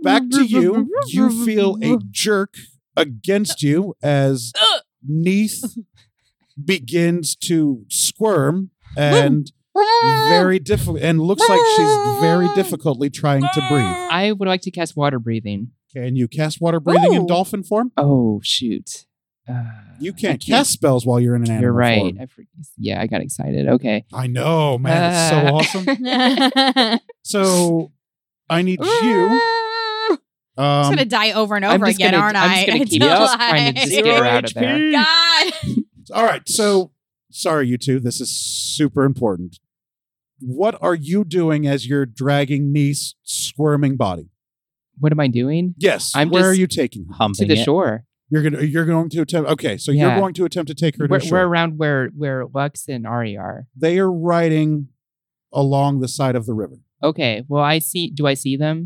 S1: Back to you. You feel a jerk against you as Neath begins to squirm and very difficult and looks like she's very difficultly trying to breathe.
S4: I would like to cast water breathing.
S1: Can you cast water breathing in
S2: Ooh.
S1: dolphin form?
S4: Oh shoot. Uh,
S1: You
S4: I
S1: can't cast spells while you're in an animal
S4: You're right.
S1: form.
S4: I for- yeah, I got excited. Okay.
S1: I know, man. It's so
S4: Uh,
S1: awesome. So I need you.
S2: I'm just
S1: Um,
S2: gonna die over and
S4: I'm
S2: over
S4: just
S2: again,
S4: gonna-
S2: aren't
S4: I'm
S2: I?
S4: just gonna keep
S2: Until
S4: just trying to
S2: I-
S4: just get her out of there.
S2: God.
S1: all right. So sorry, you two. This is super important. What are you doing as your dragging niece squirming body?
S4: what am I doing?
S1: Yes.
S4: I'm
S1: Where are
S4: just-
S1: you taking? her?
S3: Humping
S4: To the
S3: it.
S4: shore.
S1: You're gonna. You're going to attempt. Okay, so you're
S4: Yeah.
S1: going to attempt to take her to
S4: We're,
S1: shore.
S4: we're around where where Lux and Ari are.
S1: They are riding along the side of the river.
S4: Okay. Well, I see. Do I see them?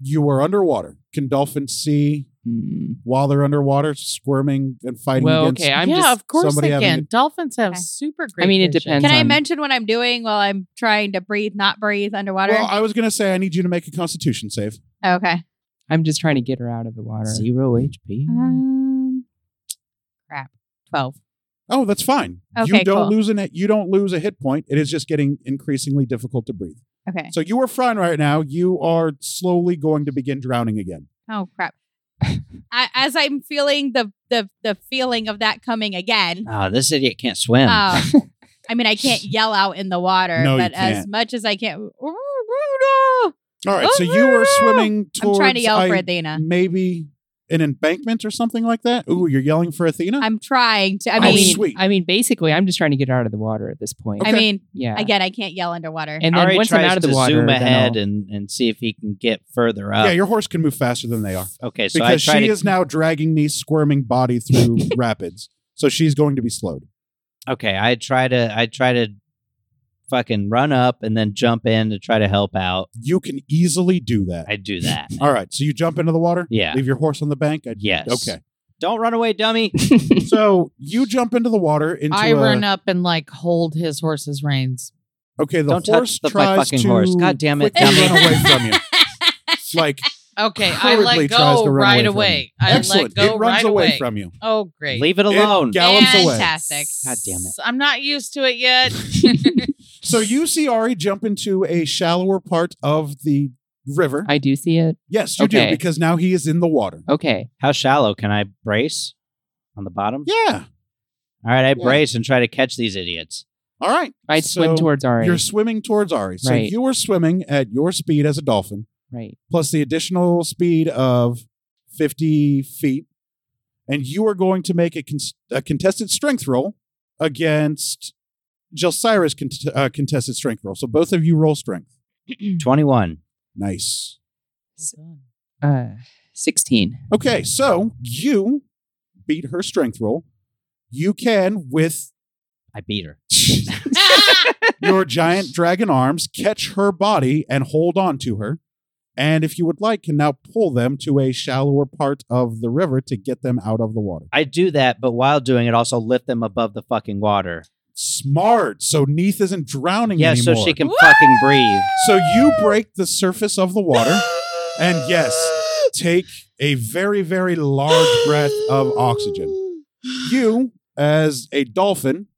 S1: You are underwater. Can dolphins see
S4: Hmm.
S1: while they're underwater, squirming and fighting
S4: Well,
S1: against?
S4: okay. I'm
S5: yeah,
S4: just.
S5: of course
S1: somebody
S5: they
S1: having
S5: can.
S1: it-
S5: Dolphins have
S2: Okay.
S5: super great.
S4: mean, it
S5: vision.
S4: depends.
S2: Can I
S4: on-
S2: mention what I'm doing while I'm trying to breathe, not breathe underwater?
S1: Well, I was gonna say I need you to make a Constitution save.
S2: okay.
S4: I'm just trying to get her out of the water.
S3: Zero HP.
S2: Um, crap. 12.
S1: Oh, that's fine. you
S2: Okay,
S1: don't
S2: cool.
S1: lose an you don't lose a hit point. It is just getting increasingly difficult to breathe.
S2: Okay.
S1: So you are fine right now. You are slowly going to begin drowning again.
S2: Oh, crap. I, as I'm feeling the, the, the feeling of that coming again,
S3: Oh, this idiot can't swim.
S2: um, I mean, I can't yell out in the water,
S1: No, you
S2: but as
S1: can't.
S2: much as I can. Rudolph!
S1: All right. so you are swimming
S2: I'm
S1: towards
S2: trying to yell for
S1: I-
S2: Athena.
S1: maybe an embankment or something like that. Ooh, you're yelling for Athena.
S2: I'm trying to. I
S1: Oh,
S2: mean,
S1: sweet.
S4: I mean, basically, I'm just trying to get her out of the water at this point.
S1: Okay.
S2: I mean,
S4: yeah.
S2: again, I can't yell underwater.
S4: and then
S3: Ari
S4: once I'm
S3: tries
S4: out of the
S3: to
S4: water,
S3: zoom
S4: then
S3: ahead
S4: I'll-
S3: and, and see if he can get further
S4: Uh,
S1: yeah,
S3: up.
S1: your horse can move faster than they are
S3: okay, so I
S1: because
S3: try
S1: she
S3: to.
S1: is now dragging Nee's squirming body through rapids. So she's going to be slowed.
S3: okay, I try to. I try to fucking run up and then jump in to try to help out.
S1: You can easily do that.
S3: I do that.
S1: All right. So you jump into the water.
S3: Yeah.
S1: Leave your horse on the bank. I,
S3: Yes.
S1: Okay.
S3: Don't run away, dummy.
S1: So you jump into the water into
S5: I
S1: a-
S5: run up and like hold his horse's reins.
S1: Okay, the
S3: Don't touch
S1: horse
S3: the- my
S1: tries
S3: fucking
S1: to
S3: horse. God damn it,
S1: quickly
S3: dummy.
S1: run away from you. Like
S5: Okay, I
S1: Hurriedly
S5: let
S1: tries
S5: go
S1: to run
S5: right
S1: away
S5: away. I
S1: excellent,
S5: let go
S1: it runs
S5: right
S1: away,
S5: away.
S1: from you.
S5: Oh, great!
S3: Leave it alone.
S1: It gallops away.
S5: Fantastic.
S3: God damn it.
S5: I'm not used to it yet.
S1: So you see Ari jump into a shallower part of the river.
S4: I do see it.
S1: yes, you do
S4: Okay.
S1: because now he is in the water.
S4: Okay.
S3: How shallow can I brace on the bottom?
S1: Yeah.
S3: All right, I
S1: Yeah.
S3: brace and try to catch these idiots.
S1: All right.
S4: I swim
S1: So
S4: towards Ari.
S1: You're swimming towards Ari. So
S4: Right.
S1: you are swimming at your speed as a dolphin,
S4: right.
S1: plus the additional speed of 50 feet. And you are going to make a, cons- a contested strength roll against Jelsira's cont- uh, contested strength roll. So both of you roll strength.
S4: Mm.
S3: 21.
S1: Nice.
S4: Uh, 16.
S1: Okay, so you beat her strength roll. You can, with
S3: I beat her.
S1: your giant dragon arms, catch her body and hold on to her. And if you would like, can now pull them to a shallower part of the river to get them out of the water.
S3: I do that, but while doing it, also lift them above the fucking water.
S1: Smart. So Neith isn't drowning
S3: Yeah,
S1: anymore.
S3: so she can fucking breathe.
S1: So you break the surface of the water, and yes, take a very, very large breath of oxygen. You, as a dolphin,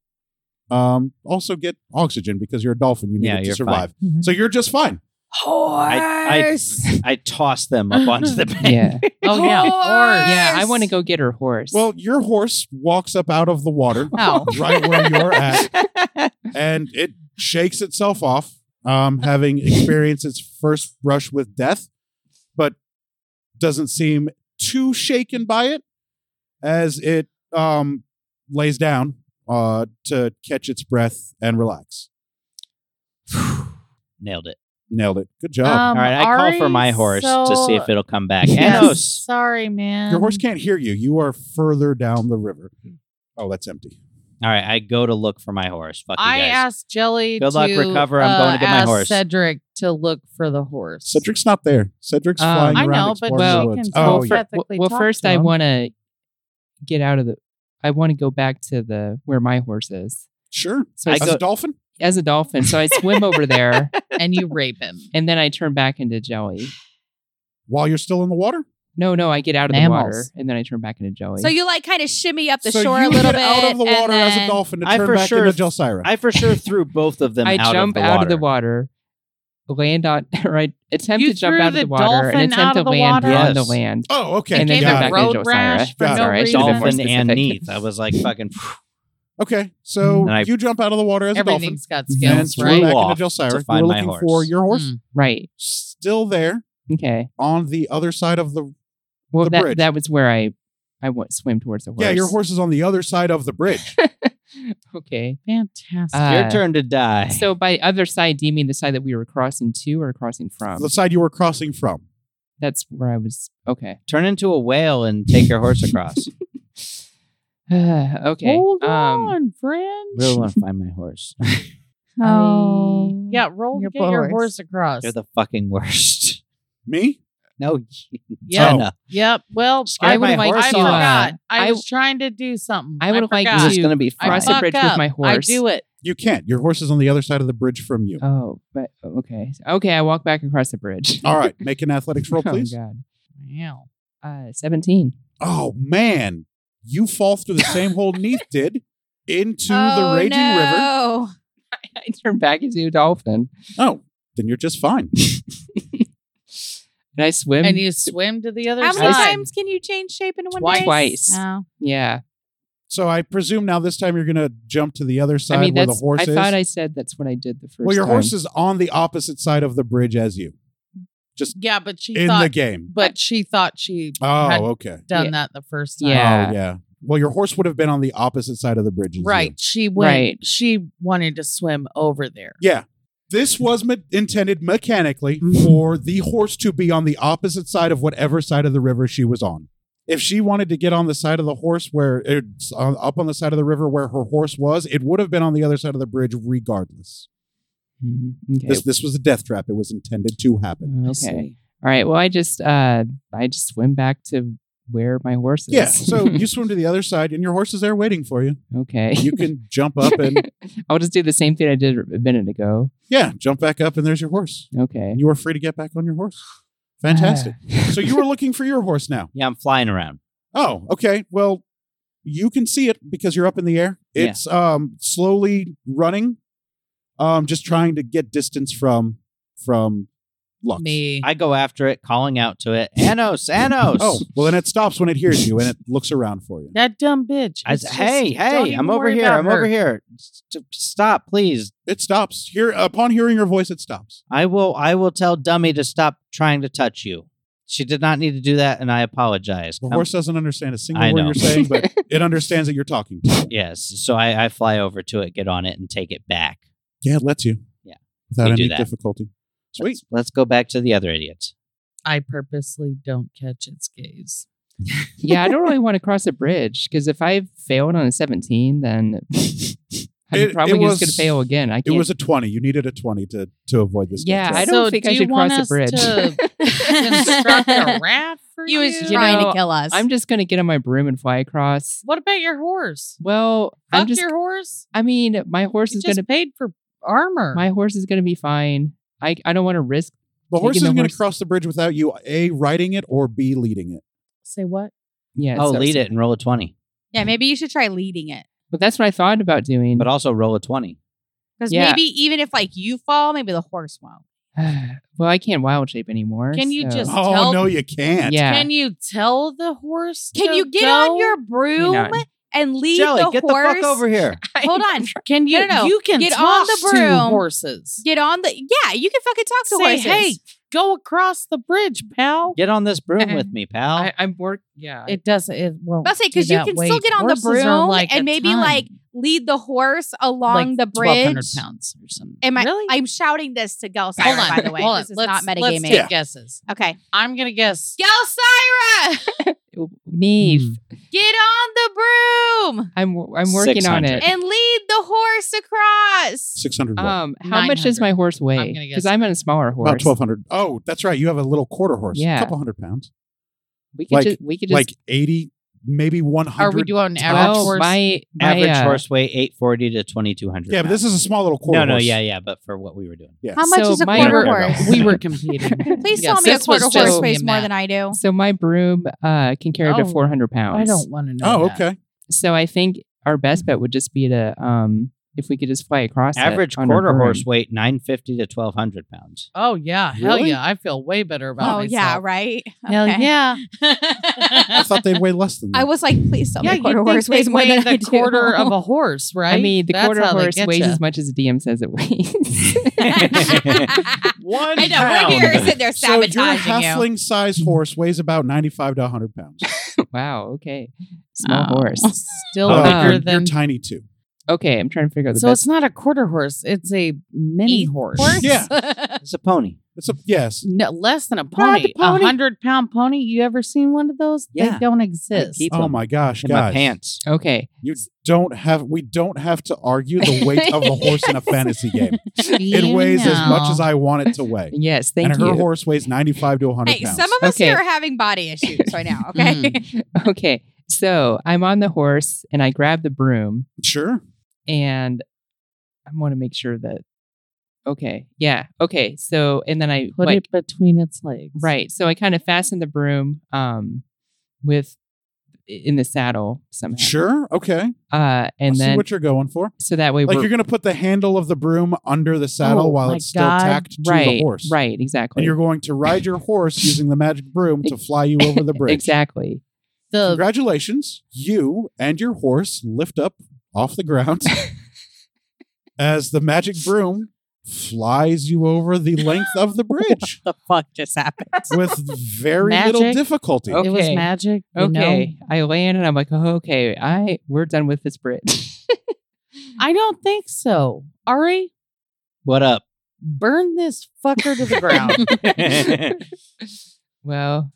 S1: um, also get oxygen because you're a dolphin. You need
S3: Yeah,
S1: it to
S3: you're
S1: survive.
S5: fine. Mhm.
S1: So you're just fine.
S3: I, I, I toss them up onto the bank.
S4: Yeah.
S5: Oh yeah, horse.
S4: yeah. I want to go get her horse.
S1: Well, your horse walks up out of the water
S5: Oh.
S1: right where you're at, and it shakes itself off, um, having experienced its first brush with death, but doesn't seem too shaken by it as it um, lays down uh, to catch its breath and relax.
S3: Nailed it.
S1: Nailed it. Good
S5: Um,
S1: job.
S3: All right, I call for my horse to see if it'll come back. Anos.
S5: Sorry, man.
S1: your horse can't hear you. You are further down the river. Oh, that's empty.
S3: All right, I go to look for my horse. Fuck you
S5: I
S3: guys.
S5: asked Jelly.
S3: Good
S5: to, uh,
S3: luck, recover. I'm going to get my
S5: ask
S3: horse.
S5: Cedric to look for the horse.
S1: Cedric's not there. Cedric's
S4: Um,
S1: flying
S5: Uh, I
S1: around
S5: know, but
S1: exploring
S4: well,
S1: the
S5: she
S1: woods.
S5: can
S1: Oh,
S5: still
S1: yeah.
S4: fir-
S5: ethically
S4: well,
S5: talk
S4: first
S5: to
S4: I
S5: him.
S4: want to get out of the. I want to go back to the where my horse is
S1: sure.
S4: So
S1: as
S3: I
S1: a
S3: go-
S1: dolphin.
S4: as a dolphin. So I swim over there
S5: and you rape him.
S4: and then I turn back into jelly.
S1: while you're still in the water.
S4: No, no, I get out of the water
S5: Mammals.
S4: and then I turn back into jelly.
S2: so you like kind of shimmy up the
S1: so
S2: shore
S1: you
S2: a
S1: get
S2: little bit.
S1: out of the
S2: and
S1: water as a
S2: then-
S1: dolphin to
S3: I
S1: turn
S3: for
S1: back
S3: sure-
S1: into Jelsira.
S3: I for sure threw both of them
S4: I
S3: out,
S4: jump
S3: of the
S4: out
S3: water.
S4: of the water, land on, or I attempt
S5: You
S4: to jump
S5: threw
S4: out of
S5: the
S4: the water
S5: dolphin
S4: and
S5: out
S4: attempt to
S5: of the
S4: land
S5: water?
S4: on the
S3: Yes.
S4: land.
S1: oh, okay.
S4: and then
S1: got
S4: go
S5: him
S1: it.
S4: back into
S5: road
S4: Osiris.
S5: rash for
S1: no
S4: Sorry, I should have been more
S3: Dolphin and
S4: specific.
S3: Neath. I was like fucking.
S1: Okay, so
S3: And I-
S1: you jump out of the water as a dolphin
S5: Everything's got
S1: and
S5: skills,
S1: threw
S5: right?
S1: back
S3: off
S1: into Jelsira.
S3: to
S1: You
S3: find
S1: were
S3: my
S1: looking
S3: horse.
S1: for your horse,
S5: Mm.
S4: Right.
S1: still there
S4: Okay.
S1: on the other side of the.
S4: Well,
S1: The bridge.
S4: that, that was where I I went swim towards the horse.
S1: Yeah, your horse is on the other side of the bridge.
S4: Okay.
S5: Fantastic.
S4: Uh,
S3: Your turn to die.
S4: So by other side, do you mean the side that we were crossing to or crossing from?
S1: the side you were crossing from.
S4: That's where I was. Okay.
S3: Turn into a whale and take your horse across.
S4: okay.
S5: Hold
S4: um,
S5: on, friend.
S3: really want to find my horse.
S2: Oh.
S5: Yeah, roll to
S2: Your
S5: get your
S2: horse.
S5: horse across.
S3: You're the fucking worst.
S1: Me?
S3: No,
S5: Yeah. Oh.
S3: Jenna.
S5: Yep. Well,
S3: Scared
S5: I would
S3: my
S5: I
S3: horse off.
S5: forgot. I,
S4: I-
S5: was trying to do something.
S4: I would've liked
S5: forgot.
S3: This is
S4: to
S3: gonna be
S5: I
S3: fried.
S4: cross the
S5: fuck
S4: bridge with
S5: up.
S4: my horse.
S5: I do it.
S1: You can't. Your horse is on the other side of the bridge from you.
S4: Oh, but okay. Okay. I walk back across the bridge.
S1: All right, make an athletics roll,
S4: Oh,
S1: please.
S4: God.
S5: Wow.
S4: Uh, 17.
S1: Oh man, you fall through the same hole Neith did into the raging river.
S2: Oh, no.
S4: I turn back into a dolphin
S1: Oh, then you're just fine.
S4: and I swim.
S5: And you swim to the other
S2: How
S5: side.
S2: many times can you change shape in one
S4: Twice.
S2: day?
S4: Twice.
S2: Oh.
S4: yeah.
S1: So I presume now this time you're gonna jump to the other side
S4: I mean,
S1: where the
S4: that's.
S1: horse
S4: I
S1: is.
S4: thought I said that's what I did the first
S1: well, your
S4: time.
S1: horse is on the opposite side of the bridge as you
S5: Yeah, but she
S1: in
S5: thought.
S1: the game.
S5: but she thought she had
S1: Oh, okay.
S5: done
S4: Yeah.
S5: that the first time.
S4: Yeah.
S1: Oh, yeah. Well, your horse would have been on the opposite side of the bridge. as you.
S5: Right. She went.
S4: Right.
S5: She wanted to swim over there.
S1: Yeah. This was me- intended mechanically
S4: Mhm.
S1: for the horse to be on the opposite side of whatever side of the river she was on. If she wanted to get on the side of the horse where it's uh, up on the side of the river where her horse was, it would have been on the other side of the bridge regardless.
S4: Mhm. Okay.
S1: This this was a death trap. It was intended to happen.
S5: I
S4: okay.
S5: see.
S4: All right. Well, I just uh, I just swim back to where my horse is.
S1: Yeah. So you swim to the other side and your horse is there waiting for you.
S4: okay.
S1: You can jump up and
S4: I'll just do the same thing I did a minute ago.
S1: yeah, jump back up and there's your horse.
S4: Okay. Ah.
S1: And you are free to get back on your horse. Fantastic. so you were looking for your horse now.
S3: Yeah, I'm flying around.
S1: Oh, okay. Well, you can see it because you're up in the air.
S3: Yeah.
S1: It's um slowly running, um just trying to get distance from from Lux.
S5: Me.
S3: I go after it, calling out to it, Anos, Anos.
S1: Oh, well, then it stops when it hears you and it looks around for you.
S5: that dumb bitch.
S3: I
S5: It's
S3: said,
S5: just-
S3: hey,
S5: don't
S3: hey,
S5: even
S3: I'm over
S5: worry
S3: here.
S5: about
S3: I'm
S5: her.
S3: over here. St- Stop, please.
S1: It stops here upon hearing your voice. It stops.
S3: I will I will tell Dummy to stop trying to touch you. She did not need to do that, and I apologize.
S1: The
S3: Come-
S1: horse doesn't understand a single
S3: Um, I
S1: word
S3: know.
S1: you're saying, but it understands that you're talking to. It.
S3: Yes. So I, I fly over to it, get on it, and take it back.
S1: Yeah, it lets you.
S3: Yeah.
S1: without
S3: We do
S1: any
S3: that.
S1: difficulty. Sweet.
S3: Let's, let's go back to the other idiots.
S5: I purposely don't catch its gaze.
S4: yeah, I don't really want to cross a bridge because if I failed on a 17, then I'm
S1: It-
S4: probably
S1: it
S4: just going
S1: was-
S4: to fail again. I
S1: It
S4: can't.
S1: was a twenty. You needed a twenty to to avoid this.
S4: yeah,
S1: death
S4: I
S1: trap.
S4: don't
S5: So
S4: think
S5: do
S4: I
S5: you
S4: should
S5: want
S4: cross a
S5: us
S4: bridge.
S5: to Construct a raft for
S2: He
S5: you.
S2: was
S4: You
S2: trying
S4: know,
S2: to kill us.
S4: I'm just going to get on my broom and fly across.
S5: What about your horse?
S4: Well, I'm
S5: Fuck
S4: just.
S5: your horse.
S4: I mean, my horse
S5: You
S4: is
S5: just
S4: going to.
S5: paid for armor.
S4: My horse is going to be fine. I I don't want to risk.
S1: the horse
S4: taking the
S1: isn't going to
S4: horse-
S1: cross the bridge without you a riding it or b leading it.
S5: Say what?
S4: Yeah.
S3: oh,
S4: so-
S3: lead it and roll a 20,
S2: yeah, maybe you should try leading it.
S4: But that's what I thought about doing.
S3: but also roll a 20.
S2: Because
S4: Yeah.
S2: maybe even if like you fall, maybe the horse won't.
S4: well, I can't wild shape anymore.
S5: Can you
S4: so-
S5: just-
S1: Oh
S5: tell-
S1: no, you can't.
S4: Yeah.
S5: Can you tell the horse?
S2: Can
S5: to
S2: you get
S5: go?
S2: on your broom
S4: Hang on.
S2: and lead
S3: Jelly,
S2: the
S3: get
S2: horse?
S3: the fuck over here.
S2: Hold on.
S5: Can you?
S2: No, no, no.
S5: You can
S2: Get on
S5: talk
S2: the
S5: to
S2: broom.
S5: horses.
S2: Get on the yeah. You can fucking talk to
S5: Say,
S2: horses.
S5: hey, go across the bridge, pal.
S3: Get on this broom with me, pal.
S4: I, I'm work. Yeah.
S5: It doesn't. It won't.
S2: That's it, 'cause
S5: do
S2: you
S5: that
S2: can still
S5: weight.
S2: get on the
S5: Horses are
S2: broom
S5: like
S2: and
S5: a
S2: maybe,
S5: ton,
S2: like, lead the horse along
S5: like
S2: the
S5: 1,200
S2: bridge.
S5: pounds or something.
S2: Am I?
S5: Really?
S2: I'm shouting this to Gelsira,
S5: Hold on.
S2: by the way.
S5: Hold on.
S2: This is
S5: let's,
S2: not
S5: Let's
S2: metagaming.
S5: take guesses.
S2: Okay,
S5: I'm gonna guess.
S2: Gelsira,
S4: Neve,
S3: Hmm.
S2: get on the broom
S4: I'm I'm working on
S3: 600.
S4: it.
S2: and lead the horse across.
S1: Six hundred.
S4: Um, how much does my
S5: 900.
S4: horse
S5: I'm
S4: weigh?
S5: gonna
S4: Because
S5: guess-
S4: I'm on a smaller horse.
S1: About twelve hundred. Oh, that's right. You have a little quarter horse.
S4: Yeah.
S1: a couple hundred pounds.
S4: We could
S1: Like-
S4: just we could just
S1: like eighty, maybe one
S5: Are we
S1: hundred.
S5: doing an average
S4: well,
S5: horse?
S4: my, my
S3: Average
S4: uh,
S3: horse weight 840 to 2200.
S1: Yeah, but this is
S3: pounds.
S1: a small little quarter.
S3: No, no,
S1: horse.
S3: yeah, yeah, but for what we were doing.
S2: How much
S4: So
S2: is a
S4: my-
S2: quarter
S3: We were-
S2: horse?
S5: we were competing.
S2: Please
S5: Yes,
S2: tell me a
S5: this was
S2: quarter
S5: just
S2: horse
S5: me
S2: weighs
S5: and
S2: more
S5: Matt.
S2: than I do.
S4: So my broom uh, can carry up to
S5: Oh,
S4: 400 pounds.
S5: I don't want to know.
S1: Oh,
S5: that.
S1: okay.
S4: So I think our best bet would just be to um, if we could just fly across. it
S3: Average
S4: on our
S3: quarter
S4: broom.
S3: horse weight 950 to 1200 pounds.
S5: Oh yeah, hell
S1: Really?
S5: yeah! I feel way better about
S2: Oh
S5: myself.
S2: yeah, right.
S5: Hell
S2: Okay.
S5: yeah!
S1: I thought they'd weigh less than that.
S2: I was like, please tell me a
S5: you'd
S2: quarter
S5: think
S2: horse weighs
S5: they'd
S2: more
S5: weigh
S2: than
S5: the
S2: I do.
S5: quarter of a horse, right?
S4: I mean, the
S5: That's
S4: quarter
S5: how they
S4: horse
S5: get
S4: weighs
S5: ya.
S4: as much as the DM says it weighs.
S2: I
S3: One
S2: know we're here sitting there
S1: so your
S2: sabotaging you.
S1: halfling size horse weighs about ninety-five to hundred pounds.
S4: wow. Okay. Small
S5: Oh.
S4: horse.
S5: Still
S1: Uh,
S5: Oh, bigger
S1: you're,
S5: than
S1: you're tiny too.
S4: Okay, I'm trying to figure out the
S5: So
S4: best.
S5: it's not a quarter horse; it's a mini
S2: Eighth
S5: horse.
S2: horse?
S5: Yeah,
S3: It's a pony.
S1: It's a yes.
S5: no, less than a
S6: Not
S5: pony.
S6: the
S5: A
S6: pony.
S5: hundred pound pony. You ever seen one of those?
S3: Yeah.
S5: They don't
S3: I
S5: exist.
S3: keep
S1: Oh
S3: them
S1: my gosh,
S3: in my
S1: guys!
S3: pants.
S4: Okay.
S1: You don't have. We don't have to argue the weight of the horse in a fantasy game. It weighs as much as I want it to weigh.
S4: Yes, thank
S1: and her
S4: you.
S1: horse weighs ninety-five to hundred
S2: Hey,
S1: pounds.
S2: some of us
S4: Okay.
S2: here are having body issues right now,
S5: Mm-hmm.
S2: okay?
S4: okay. So I'm on the horse and I grab the broom
S1: sure.
S4: and I want to make sure that okay. Yeah. Okay. So and then I
S5: Put
S4: like,
S5: it between its legs.
S4: Right. So I kind of fastened the broom um with in the saddle somehow.
S1: Sure. Okay.
S4: Uh and
S1: I see
S4: then
S1: what you're going for.
S4: so that way
S1: Like
S4: we're
S1: you're going to put the handle of the broom under the saddle
S5: Oh
S1: while
S5: my
S1: it's still
S5: God.
S1: tacked to
S4: right,
S1: the horse.
S4: Right, exactly.
S1: And you're going to ride your horse using the magic broom to fly you over the bridge.
S4: Exactly.
S5: The
S1: Congratulations. You and your horse lift up off the ground as the magic broom flies you over the length of the bridge
S2: the fuck just happened?
S1: with very little
S5: Magic.
S1: difficulty.
S4: Oh.
S5: it was
S4: Okay.
S5: magic. you know?
S4: Okay. I land and I'm like, oh, okay, I we're done with this bridge.
S5: I don't think so. Ari,
S3: What up?
S5: burn this fucker to the ground.
S4: well,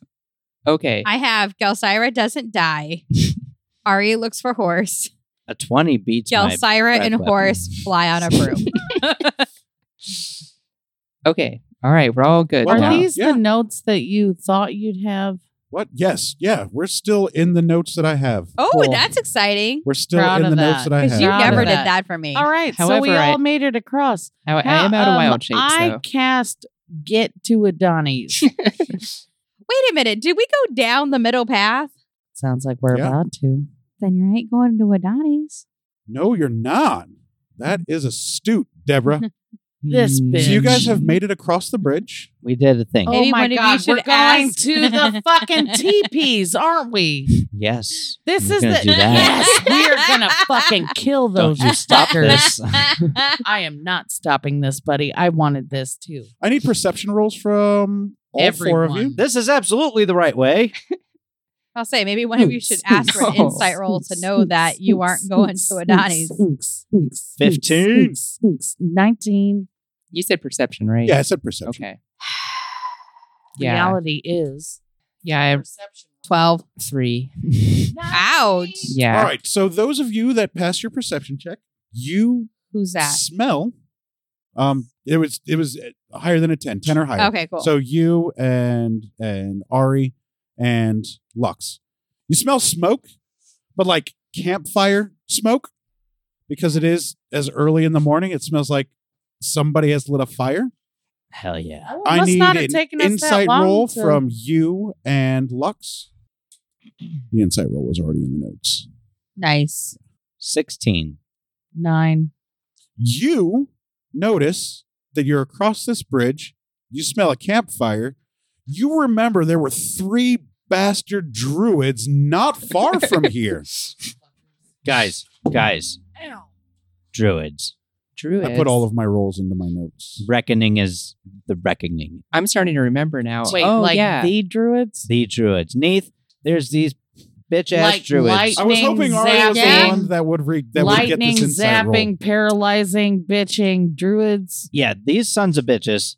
S4: okay.
S2: I have Gelsira doesn't die. Ari looks for horse.
S3: a 20 beats my
S2: Gelsira
S3: breath
S2: and
S3: weapon.
S2: horse fly on a broom.
S4: okay. All right, we're all good.
S1: Well,
S5: Are
S4: now.
S5: these
S1: Yeah.
S5: the notes that you thought you'd have?
S1: What? Yes. Yeah. We're still in the notes that I have.
S2: oh,
S5: Cool.
S2: that's exciting.
S1: We're still
S5: Proud
S1: in the
S5: of
S1: notes
S5: that.
S1: that I
S2: Because
S1: have.
S2: you
S5: Proud
S2: never
S5: of
S2: did
S5: that.
S2: that for me.
S5: All right, so we
S4: However, I-
S5: all made it across.
S4: I, I
S5: How-
S4: am out of
S5: um,
S4: wild shape,
S5: I
S4: so
S5: cast get to Adonis.
S2: Wait a minute. Did we go down the middle path?
S5: Sounds like we're
S1: Yeah.
S5: about to.
S2: Then you ain't going to Adonis.
S1: No, you're not. That is astute, Deborah.
S5: This
S4: Mm.
S5: bitch.
S1: So you guys have made it across the bridge.
S3: We did a thing.
S2: Maybe
S5: oh my
S2: one of you
S5: god,
S2: should
S5: we're going
S2: ask.
S5: to the fucking teepees, aren't we?
S3: Yes.
S5: This
S3: We're
S5: is
S3: gonna
S5: the
S3: do
S5: yes.
S3: that.
S5: We are gonna fucking kill those
S3: Don't you stop
S5: fuckers.
S3: this.
S5: I am not stopping this, buddy. I wanted this too.
S1: I need perception rolls from all four of you.
S5: Everyone.
S3: this is absolutely the right way.
S2: I'll say maybe one of you should ask for an
S4: Oh.
S2: insight roll to know that you aren't going to Adonis.
S3: 15.
S5: 19.
S4: You said perception, right?
S1: Yeah, I said perception.
S4: Okay. Yeah.
S5: Reality is
S4: Yeah, I have
S5: perception.
S2: 12.
S4: three.
S2: Ouch.
S4: Yeah.
S1: All right. So those of you that pass your perception check, you
S2: Who's that?
S1: smell. Um, it was it was uh, higher than a 10, 10 or higher.
S2: Okay, cool.
S1: So you and and Ari and Lux, you smell smoke, but like campfire smoke, because it is as early in the morning. It smells like somebody has lit a fire.
S3: Hell yeah.
S5: Well, it
S1: I
S5: must
S1: need
S5: not
S1: an
S5: have taken us that
S1: insight
S5: long
S1: roll
S5: to-
S1: from you and Lux. The insight roll was already in the notes.
S2: nice.
S3: 16.
S5: nine.
S1: You notice that you're across this bridge. You smell a campfire. You remember there were three bastard druids not far from here.
S3: Guys, guys. Druids.
S4: Druid.
S1: I put all of my rolls into my notes.
S3: Reckoning is the reckoning.
S4: I'm starting to remember now.
S5: Wait,
S4: oh,
S5: like
S4: yeah.
S5: the druids?
S3: The druids. Neath, there's these bitch ass
S5: Like
S3: druids.
S5: light-
S1: I was hoping Ari was the
S2: zapping.
S1: one that would re- that would get
S5: Lightning,
S1: this insight
S5: zapping,
S1: roll.
S5: paralyzing, bitching, druids.
S3: Yeah, these sons of bitches.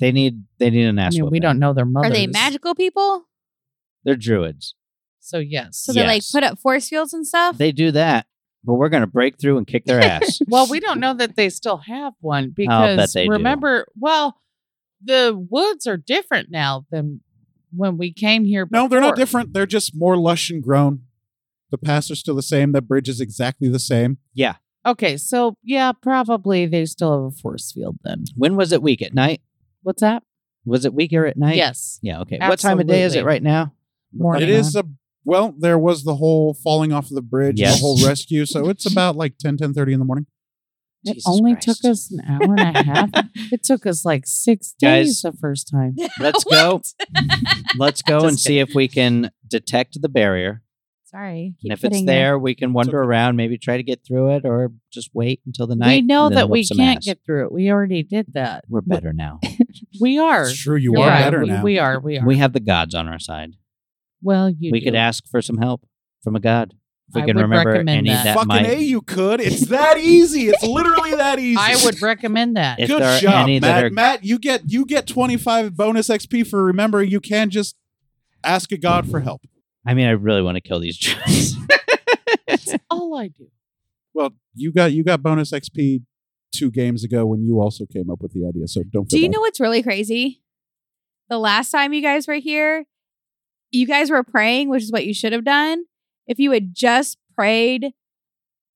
S3: They need they need an
S5: I
S3: ass.
S5: mean, we
S3: whooping.
S5: don't know their mothers.
S2: Are they magical people?
S3: They're druids.
S5: So yes.
S2: So they like
S3: Yes.
S2: put up force fields and stuff?
S3: They do that, but we're gonna break through and kick their ass.
S5: well, we don't know that they still have one
S3: I'll bet
S5: because
S3: they do.
S5: remember, well, the woods are different now than when we came here.
S1: No, they're not
S5: before.
S1: different. They're just more lush and grown. The paths are still the same. The bridge is exactly the same.
S3: yeah.
S5: Okay, so yeah, probably they still have a force field then.
S3: When was it weak at night?
S5: What's that?
S3: Was it weaker at night?
S5: yes,
S3: Yeah, okay. What time of day is it
S5: Absolutely.
S3: right now?
S5: morning.
S1: It is a well, there was the whole falling off of the bridge, and
S3: Yes.
S1: the whole rescue. So it's about like 10, 10 in the morning.
S5: It
S3: Jesus
S5: only
S3: Christ.
S5: took us an hour and a half. It took us like six
S3: Guys.
S5: days the first time.
S3: Let's go. Let's go and
S5: Just
S3: see if we can detect the barrier.
S2: Sorry.
S3: And
S2: keep
S3: if it's
S2: putting
S3: there, we can wander
S1: okay.
S3: around, maybe try to get through it or just wait until the night.
S5: we know
S3: and then
S5: that
S3: whoop
S5: we
S3: some
S5: can't
S3: ass.
S5: get through it. We already did that.
S3: We're better now.
S5: We are.
S1: It's true. You
S5: You're
S1: are
S5: right.
S1: better
S5: we,
S1: now.
S5: we are. We are.
S3: We have the gods on our side.
S5: well, you.
S3: we
S5: do.
S3: could ask for some help from a god. If we
S5: I
S3: can
S5: would
S3: remember
S5: recommend
S3: any
S5: that.
S3: that
S1: Fucking
S3: might,
S1: A, you could. It's that easy. It's literally that easy.
S5: I would recommend that.
S3: If
S1: Good
S3: there are
S1: job,
S3: any that
S1: Matt.
S3: are-
S1: Matt, you get you get 25 bonus XP for remembering you can just ask a god for help.
S3: I mean, I really want to kill these giants.
S5: That's all I do.
S1: Well, you got you got bonus XP two games ago when you also came up with the idea, so don't feel
S2: Do you
S1: bad.
S2: know what's really crazy? The last time you guys were here, you guys were praying, which is what you should have done. If you had just prayed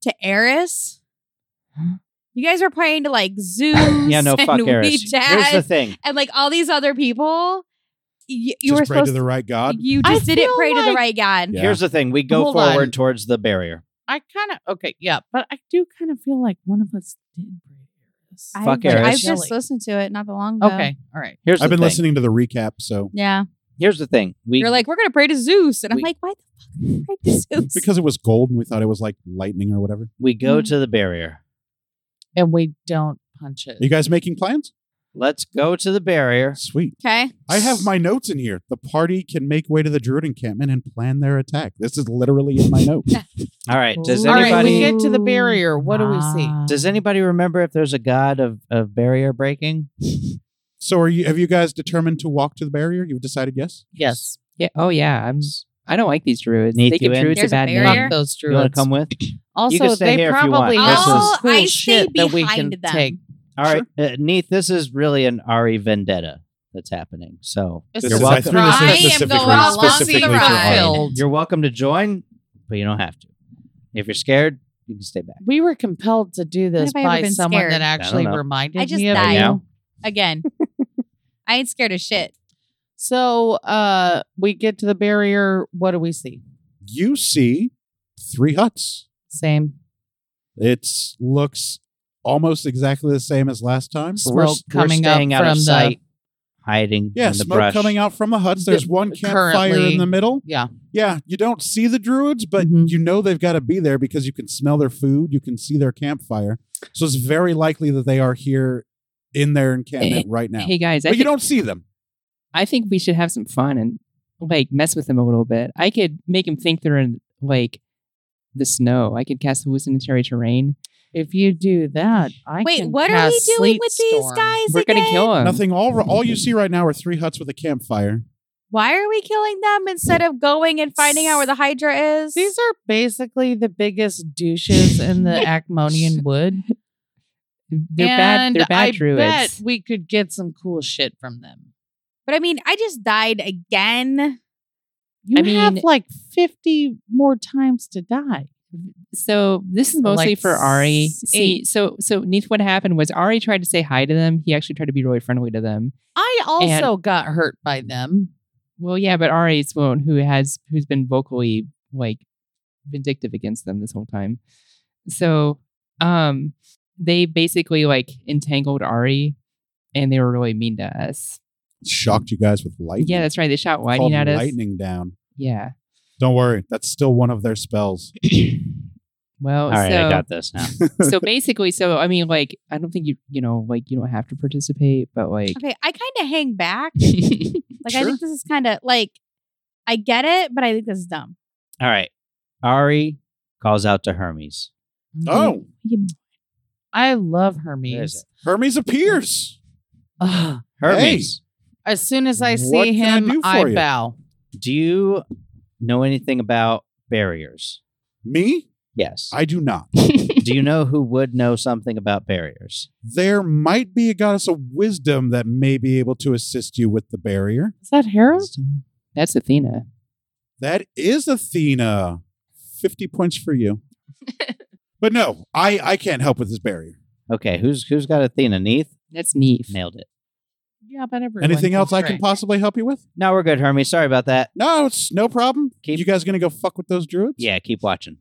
S2: to Eris, you guys were praying to like Zeus
S3: yeah, no,
S2: and
S3: fuck Eris. Here's the
S2: Ouija
S3: thing.
S2: and like all these other people. You,
S1: just
S2: you were
S1: pray
S2: supposed
S1: to the right god.
S2: You
S5: I
S2: just didn't
S5: feel
S2: pray to the
S5: like-
S2: right God.
S1: Yeah.
S3: Here's the thing. We go
S5: Hold
S3: forward
S5: on.
S3: towards the barrier.
S5: I kind of okay, yeah, but I do kind of feel like one of us did break this.
S2: I-
S3: Fuck
S2: I've,
S3: Eris.
S2: just listened to it not that long ago.
S5: Okay, all right.
S3: Here's the
S1: I've been
S3: thing.
S1: listening to the recap, so
S2: Yeah.
S3: Here's the thing. We
S2: You're like, we're going to pray to Zeus. And I'm
S3: We-
S2: like, why the fuck are we praying to Zeus?
S1: because it was gold and we thought it was like lightning or whatever.
S3: we go
S5: "Mm-hmm."
S2: Mhm.
S3: to the barrier.
S5: And we don't punch it.
S1: Are you guys making plans?
S3: Let's go to the barrier.
S1: Sweet.
S2: okay.
S1: I have my notes in here. The party can make way to the druid encampment and plan their attack. This is literally in my notes.
S3: All right. Does
S2: Ooh.
S5: all right, we
S3: anybody
S5: get to the barrier. What do we see?
S3: does anybody remember if there's a god of, of barrier breaking?
S1: so are you have you guys determined to walk to the barrier? You've decided yes?
S5: Yes,
S4: Yeah. Oh yeah. I'm. I don't like these druids.
S3: Need
S4: they give
S3: you in?
S4: druids
S2: There's a
S4: a bad
S2: barrier?
S4: name.
S5: fuck those
S3: You want
S5: druids.
S3: to come with?
S5: Also,
S3: can stay
S5: they
S3: here if you
S5: probably
S3: want.
S5: have
S3: This
S5: some
S3: is-
S5: cool
S2: Oh, I stay
S5: shit that we can
S2: behind them.
S5: take.
S3: All right, uh, Neith, this is really an Ari vendetta that's happening. So
S5: This
S1: This
S5: You're
S1: is- I
S5: welcome.
S1: threw this in
S2: I am
S1: specifically-
S2: going along the
S1: specifically for
S2: ride.
S1: Ari.
S5: Fulfilled.
S3: you're welcome to join, but you don't have to. If you're scared, you can stay back.
S5: We were compelled to do this
S2: have I ever
S5: by
S2: been
S5: someone
S2: scared?
S5: that
S2: I
S3: don't
S5: actually
S3: know.
S5: reminded
S2: I just
S5: me of
S2: died.
S5: you.
S2: Again. I ain't scared of shit.
S5: So uh, we get to the barrier. What do we see?
S1: You see three huts.
S5: Same
S1: It looks almost exactly the same as last time.
S5: smoke
S3: we're s- we're
S5: coming up
S3: staying out of
S5: from the
S3: sight. Hiding
S1: Yeah,
S3: in the
S1: smoke
S3: brush.
S1: coming out from the huts. There's one
S4: uh,
S1: campfire
S5: currently-
S1: in the middle.
S5: yeah.
S1: Yeah, you don't see the druids, but
S4: Mm-hmm.
S5: Mhm.
S1: you know they've got to be there because you can smell their food, you can see their campfire. So it's very likely that they are here in their encampment right now.
S4: Eh, Hey guys, I
S1: But you
S4: think,
S1: don't see them.
S4: I think we should have some fun and like mess with them a little bit. I could make them think they're in like the snow. I could cast hallucinatory terrain.
S5: If you do that, I
S2: Wait,
S5: can
S2: what are we
S5: cast
S2: doing
S5: sleet
S2: with these
S5: storm.
S2: guys?
S4: We're gonna
S2: again?
S4: kill them.
S1: Nothing. All all you see right now are three huts with a campfire.
S2: Why are we killing them instead of going and finding out where the Hydra is?
S5: These are basically the biggest douches in the Acmonian wood.
S4: They're bad. They're
S5: And
S4: bad
S5: I bet
S4: druids.
S5: we could get some cool shit from them.
S2: but I mean, I just died again.
S5: You
S4: I
S5: have
S4: mean-
S5: like fifty more times to die.
S4: So this is mostly
S5: Like
S4: for Ari.
S5: s-
S4: See, so so Neith, what happened was Ari tried to say hi to them. He actually tried to be really friendly to them.
S5: I also got hurt by them.
S4: Well, yeah, but Ari's one who has who's been vocally like vindictive against them this whole time. So um they basically like entangled Ari and they were really mean to us.
S1: Shocked you guys with lightning.
S4: Yeah, that's right. They shot
S1: Called
S4: lightning at us.
S1: lightning down.
S4: Yeah.
S1: Don't worry, that's still one of their spells.
S4: Well,
S3: All right,
S4: so
S3: I got this now.
S4: so basically, so I mean, like, I don't think you you know, like, you don't have to participate, but like,
S2: Okay, I kind of hang back. Like, I
S1: Sure.
S2: think this is kind of like, I get it, but I think this is dumb.
S3: All right, Ari calls out to Hermes.
S4: Mm-hmm.
S1: Oh,
S5: I love
S3: Where is
S5: Hermes.
S3: it?
S1: Hermes appears.
S5: Ugh.
S3: Hermes,
S5: As soon as I
S1: What
S5: see
S1: can I
S5: him,
S1: do for
S5: I,
S1: you?
S5: bow.
S3: do you know anything about barriers?
S1: Me?
S3: Yes.
S1: I do not.
S3: do you know who would know something about barriers?
S1: There might be a goddess of wisdom that may be able to assist you with the barrier.
S5: Is that Harold?
S4: that's Athena.
S1: That is Athena. 50 points for you. but no, I, I can't help with this barrier.
S3: Okay, who's who's got Athena? Neith
S4: That's Neith.
S3: nailed it.
S5: Yeah, but everyone.
S1: Anything
S5: can
S1: else I can
S5: drink.
S1: possibly help you with?
S3: No, we're good, Hermes. Sorry about that.
S1: No, it's no problem.
S3: Keep-
S1: you guys gonna go fuck with those druids?
S3: Yeah, keep watching.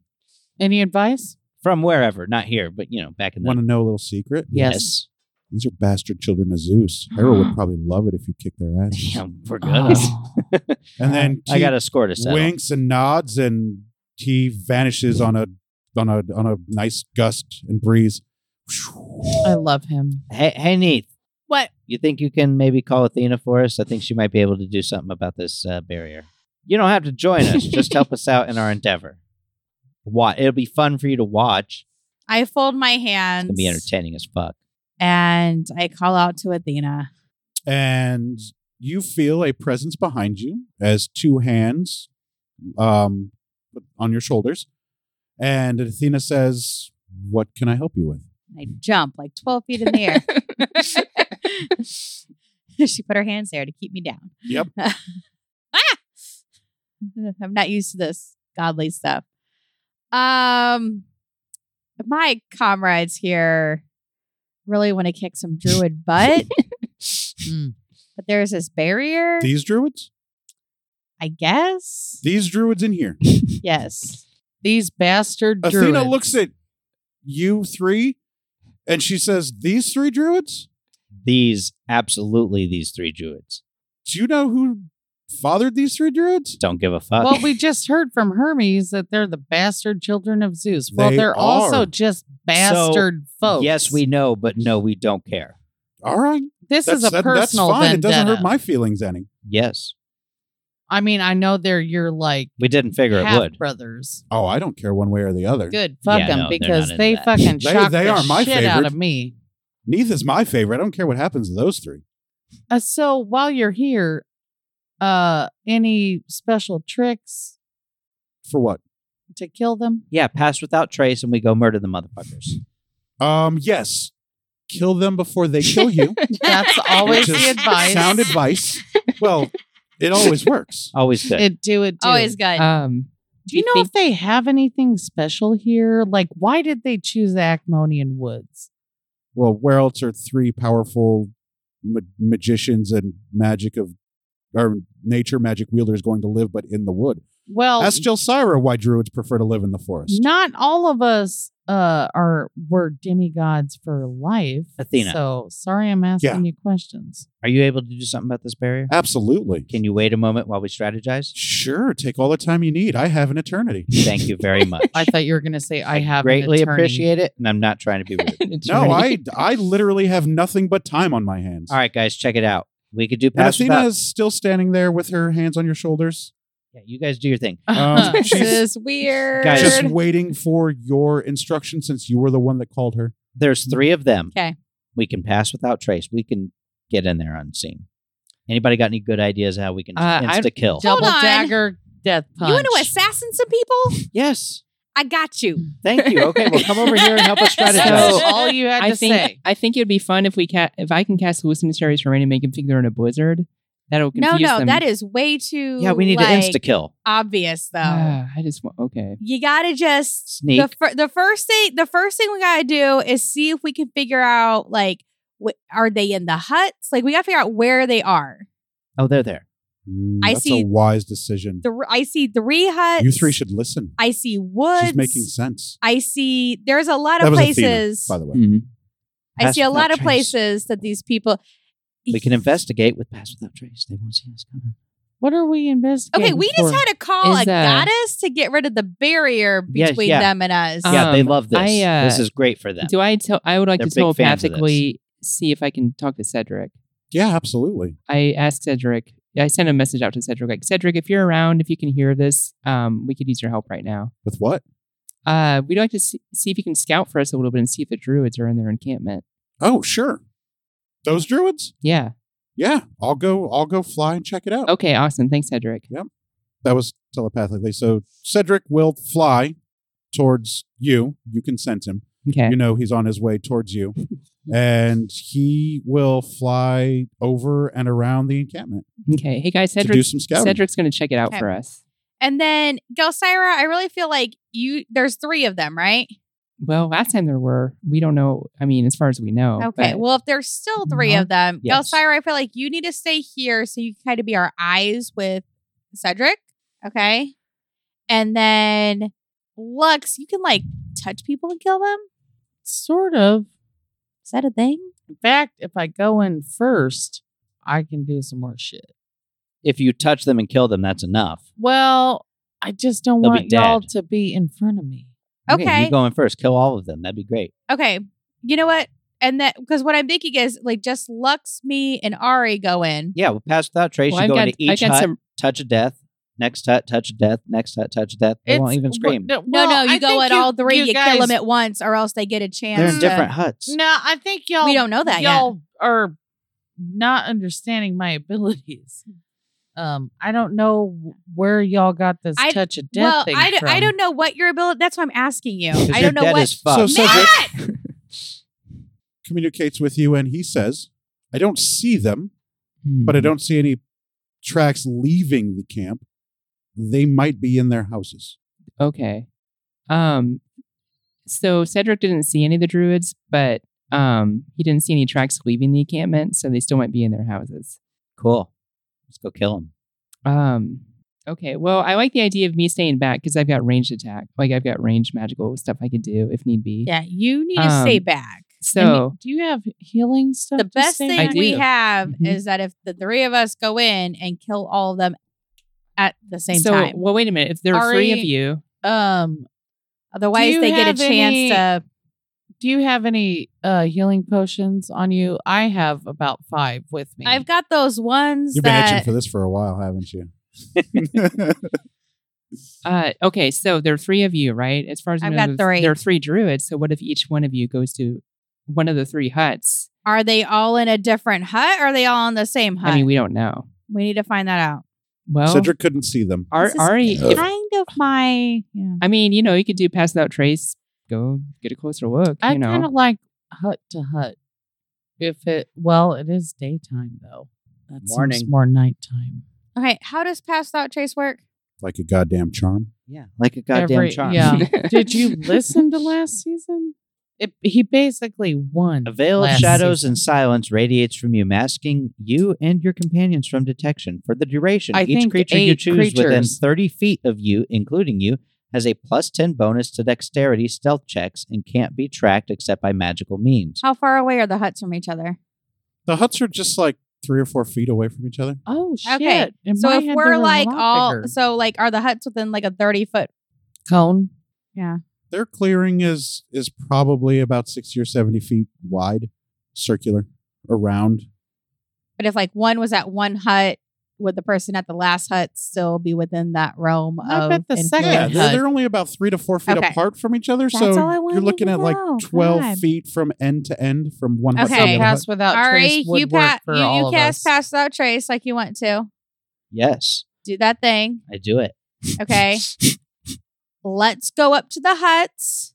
S5: Any advice?
S3: From wherever, not here, but you know, back in the
S1: Want to know a little secret?
S5: Yes.
S1: These are bastard children of Zeus. Hera would probably love it if you kicked their ass.
S3: yes. Damn, we're good.
S5: Oh.
S1: And then
S3: I
S1: Keith
S3: got a score to settle.
S1: winks and nods, and he vanishes on a on a on a nice gust and breeze.
S5: I love him.
S3: Hey, hey, Neith.
S2: What?
S3: You think you can maybe call Athena for us? I think she might be able to do something about this uh, barrier. You don't have to join us. Just help us out in our endeavor. What it'll be fun for you to watch.
S2: I fold my
S3: It's
S2: hands
S3: gonna be entertaining as fuck.
S2: and I call out to Athena.
S1: and you feel a presence behind you as two hands um, on your shoulders. And Athena says, What can I help you with?
S2: I jump like 12 feet in the air. she put her hands there to keep me down.
S1: Yep.
S2: ah! I'm not used to this godly stuff. Um, my comrades here really want to kick some druid butt,
S5: Mm.
S2: but there's this barrier.
S1: These druids?
S2: I guess.
S1: These druids in here.
S2: Yes.
S5: These bastard
S1: Athena
S5: druids.
S1: looks at you three and she says, These three druids?
S3: These absolutely these three druids
S1: Do you know who fathered these three druids?
S3: don't give a fuck.
S1: uh,
S5: Well, we just heard from Hermes that they're the bastard children of Zeus. Well,
S1: They
S5: they are
S1: are.
S5: also just bastard folks.
S3: Yes, we know, but no, we don't care.
S1: All right.
S5: This is a
S1: that-
S5: personal
S1: That's fine. It
S5: vendetta.
S1: doesn't hurt my feelings any.
S3: Yes,
S5: I mean, I know they're your like
S3: we didn't figure it
S5: half
S3: would.
S5: brothers.
S1: Oh, I don't care one way or the other.
S5: Good, fuck
S3: Yeah,
S5: them
S3: no, they're
S5: because
S3: not into
S5: they
S3: that.
S5: fucking
S1: They-
S5: shocked
S1: they
S5: the
S1: are my
S5: shit out of
S1: favorite.
S5: me.
S1: Neith is my favorite. I don't care what happens to those three.
S5: Uh, so while you're here, uh, any special tricks
S1: For what?
S5: to kill them?
S3: Yeah, pass without trace, and we go murder the motherfuckers.
S1: Um, yes. Kill them before they kill you.
S5: That's always
S1: which is
S5: the advice.
S1: Sound advice. Well, it always works.
S3: Always good.
S5: It do it. Do.
S2: Always Oh, good.
S1: Uh,
S4: Um,
S5: Do you know if they have anything special here? Like, why did they choose the Acmonian woods?
S1: Well, where else are three powerful ma- magicians and magic of or nature magic wielders going to live but in the wood?
S5: Well,
S1: Ask Jelsira why druids prefer to live in the forest.
S5: not all of us uh, are were demigods for life.
S3: Athena.
S5: So sorry, I'm asking you questions.
S3: Are you able to do something about this barrier?
S1: Absolutely.
S3: Can you wait a moment while we strategize?
S1: Sure, take all the time you need. I have an eternity.
S3: Thank you very much.
S5: I thought you were going to say I have an
S3: greatly
S5: attorney.
S3: appreciate it, and I'm not trying to be rude.
S1: No, I I literally have nothing but time on my hands.
S3: All right, guys, check it out. We could do
S1: And
S3: pass
S1: Athena
S3: without.
S1: is still standing there with her hands on your shoulders,
S3: Yeah, you guys do your thing.
S1: Um,
S2: This
S1: she's-
S2: is weird.
S3: Guys-
S1: just waiting for your instruction since you were the one that called her.
S3: There's three of them.
S2: 'Kay.
S3: We can pass without trace. We can get in there unseen. Anybody got any good ideas how we can
S4: Uh, I'd-
S3: insta kill?
S5: Double
S2: Hold on.
S5: dagger death punch.
S2: you want to assassin some people?
S3: Yes.
S2: I got you.
S3: Thank you. Okay, well, come over here and help us strategize.
S5: So all you had
S4: I
S5: to
S4: think
S5: say.
S4: I think it'd be fun if we ca- if I can cast hallucinatories for rain and make him think they're in a blizzard. That'll confuse
S2: No, no,
S4: them.
S2: that is way too
S3: yeah, we need to
S2: like,
S3: insta kill.
S2: obvious though.
S4: Ah, I just want okay.
S2: you gotta just
S3: Sneak.
S2: The, fir- the first thing the first thing we gotta do is see if we can figure out like what are they in the huts like we gotta figure out where they are
S3: Oh, they're there.
S1: Mm,
S2: I
S1: that's
S2: see-
S1: a wise decision.
S2: Thr- i see three huts
S1: You three should listen.
S2: i see woods
S1: She's making sense.
S2: i see there's a lot
S1: That
S2: of
S1: was Athena,
S2: places
S1: By the
S4: Mm.
S1: way,
S2: i
S3: Pass
S2: see a
S3: without
S2: lot of
S3: trace.
S2: places that these people
S3: We can investigate with pass without trace. They won't see us coming.
S5: What are we investigating?
S2: okay we just
S5: for?
S2: had to call a
S4: Is, uh,
S2: goddess to get rid of the barrier
S3: Yes,
S2: between
S3: yeah.
S2: them and us
S4: Uh,
S3: yeah, they
S4: Um,
S3: love this.
S4: I, uh,
S3: this is great for them.
S4: Do I tell? I would like
S3: They're
S4: to
S3: big fans of this.
S4: telepathically see if I can talk to Cedric.
S1: yeah, absolutely.
S4: I asked Cedric. I sent a message out to Cedric like Cedric, if you're around, if you can hear this, um, we could use your help right now.
S1: With what?
S4: Uh, we'd like to see, see if you can scout for us a little bit and see if the druids are in their encampment.
S1: Oh, sure. Those druids?
S4: Yeah.
S1: Yeah, I'll go. I'll go fly and check it out.
S4: Okay. Awesome. Thanks, Cedric.
S1: That was telepathically. So Cedric will fly towards you. You can sense him.
S4: Okay.
S1: You know he's on his way towards you, and he will fly over and around the encampment
S4: Okay. Hey guys,
S1: to do
S4: Cedric.
S1: some scouting.
S4: Cedric's going to check it out
S2: Okay.
S4: for us.
S2: and then gelsira i really feel like you there's three of them right
S4: Well, last time there were. We don't know. I mean, as far as we know.
S2: Okay.
S4: but-
S2: Well, if there's still 3
S4: Mhm.
S2: of them,
S3: Yes.
S2: Gelsira, I feel like you need to stay here so you can kind of be our eyes with Cedric. Okay. And then Lux, you can like touch people and kill them.
S5: sort of.
S2: Is that a thing?
S5: In fact, if I go in first, I can do some more shit.
S3: if you touch them and kill them, that's enough.
S5: Well, I just don't
S3: They'll be
S5: want y'all
S3: dead.
S5: to be in front of me.
S2: Okay.
S3: You go in first. Kill all of them. That'd be great.
S2: Okay. You know what? And that because what I'm thinking is like just Lux, me, and Ari go in.
S3: Yeah, we'll pass without trace.
S4: Well,
S3: you
S4: I've
S3: go
S4: got,
S3: into each
S4: I've got
S3: hut,
S4: some.
S3: touch a death. Next hut, touch death. Next hut, touch death. They won't
S5: It's-
S3: even
S5: wh-
S3: scream.
S5: No,
S2: No,
S5: well,
S2: no, you
S5: I
S2: go
S5: think
S2: at
S5: you-
S2: all three. You,
S5: guys-
S2: kill them at once, or else they get a chance.
S3: They're in
S2: to-
S3: different huts.
S5: No, I think y'all.
S2: We don't know that yet.
S5: y'all are not understanding my abilities. Um, I don't know where y'all got this
S2: I-
S5: touch of death
S2: Well,
S5: thing
S2: I, d-
S5: from.
S2: I don't know what your ability. That's why I'm asking you.
S3: 'Cause
S2: I
S3: you're
S2: don't know
S3: dead
S2: what.
S3: as fuck.
S1: So- so-
S2: Matt!
S1: Communicates with you, and he says, I don't see them, but I
S4: Mm-hmm.
S1: don't see any tracks leaving the camp. They might be in their houses.
S4: Hmm, Okay. Um so Cedric didn't see any of the druids, but um he didn't see any tracks leaving the encampment, so they still might be in their houses.
S3: cool. Let's go kill them.
S4: Um okay. Well, I like the idea of me staying back cuz I've got ranged attack. Like I've got ranged magical stuff I could do if need be.
S2: Yeah, you need to stay
S4: Um,
S2: back.
S5: I mean,
S4: So,
S5: do you have healing stuff?
S2: The
S5: to
S2: best
S5: say
S2: thing
S5: that?
S2: we
S4: do.
S2: have
S4: Mhm.
S2: is that if the three of us go in and kill all of them at the same
S4: so
S2: time,
S4: well wait a minute. If there are three of
S5: Ari-
S4: you,
S5: Um,
S2: otherwise
S5: you
S2: they get a
S5: have
S2: chance
S5: any-
S2: to.
S5: do you have any uh healing potions on you? I have about five with me.
S2: I've got those ones
S1: You've been itching
S2: that
S1: for this for a while, haven't you?
S4: uh okay, so there are three of you, right? As far as I
S2: I've
S4: know,
S2: got
S4: there's-
S2: three.
S4: There are three druids, so what if each one of you goes to one of the three huts?
S2: are they all in a different hut? Or are they all in the same hut?
S4: I mean, we don't know.
S2: we need to find that out.
S4: Well,
S1: Cedric couldn't see them.
S4: Ar-
S2: This is
S4: Ari, if-
S2: kind of my. Yeah.
S4: I mean, you know, you could do pass without trace. Go get a closer look.
S5: I
S4: you know,
S5: kind of like hut to hut. If it well, it is daytime though. That's
S3: Morning.
S5: more nighttime.
S2: Okay, how does pass without trace work?
S1: Like a goddamn charm.
S3: Yeah, like a goddamn
S5: Every-
S3: charm.
S5: yeah. um, Did you listen to last season? It, he basically won.
S3: A veil of
S5: last
S3: shadows
S5: season.
S3: and silence radiates from you, masking you and your companions from detection. For the duration,
S5: I
S3: each
S5: think
S3: creature you
S5: eight
S3: choose within
S5: creatures.
S3: 30 feet of you, including you, has a plus 10 bonus to dexterity stealth checks and can't be tracked except by magical means.
S2: How far away are the huts from each other?
S1: The huts are just like three or four feet away from each other.
S5: Oh shit!
S2: Okay,
S5: In
S2: So
S5: my
S2: if
S5: head, they
S2: we're
S5: were a
S2: like
S5: lot
S2: all,
S5: bigger.
S2: so like, are the huts within like a thirty foot?
S5: cone,
S1: Their clearing is is probably about sixty or seventy feet wide, circular, around.
S2: But if like one was at one hut, would the person at the last hut still be within that realm
S5: I
S2: of?
S5: bet the second
S1: Yeah,
S2: influence?
S5: hut-
S1: they're, they're only about three to four feet
S2: Okay.
S1: apart from each other.
S2: That's
S1: so
S2: all I wanted
S1: you're looking
S2: to
S1: at like
S2: know.
S1: twelve
S2: God.
S1: feet from end to end from one hut to
S2: Okay.
S1: the other
S5: pass
S1: hut.
S5: without
S2: All right,
S5: trace would
S2: you
S5: work
S2: pa-
S5: for
S2: you,
S5: all
S2: you
S5: of
S2: cast
S5: us.
S2: pass without trace like you want to.
S3: Yes,
S2: Do that thing.
S3: I do it.
S2: Okay. Let's go up to the huts,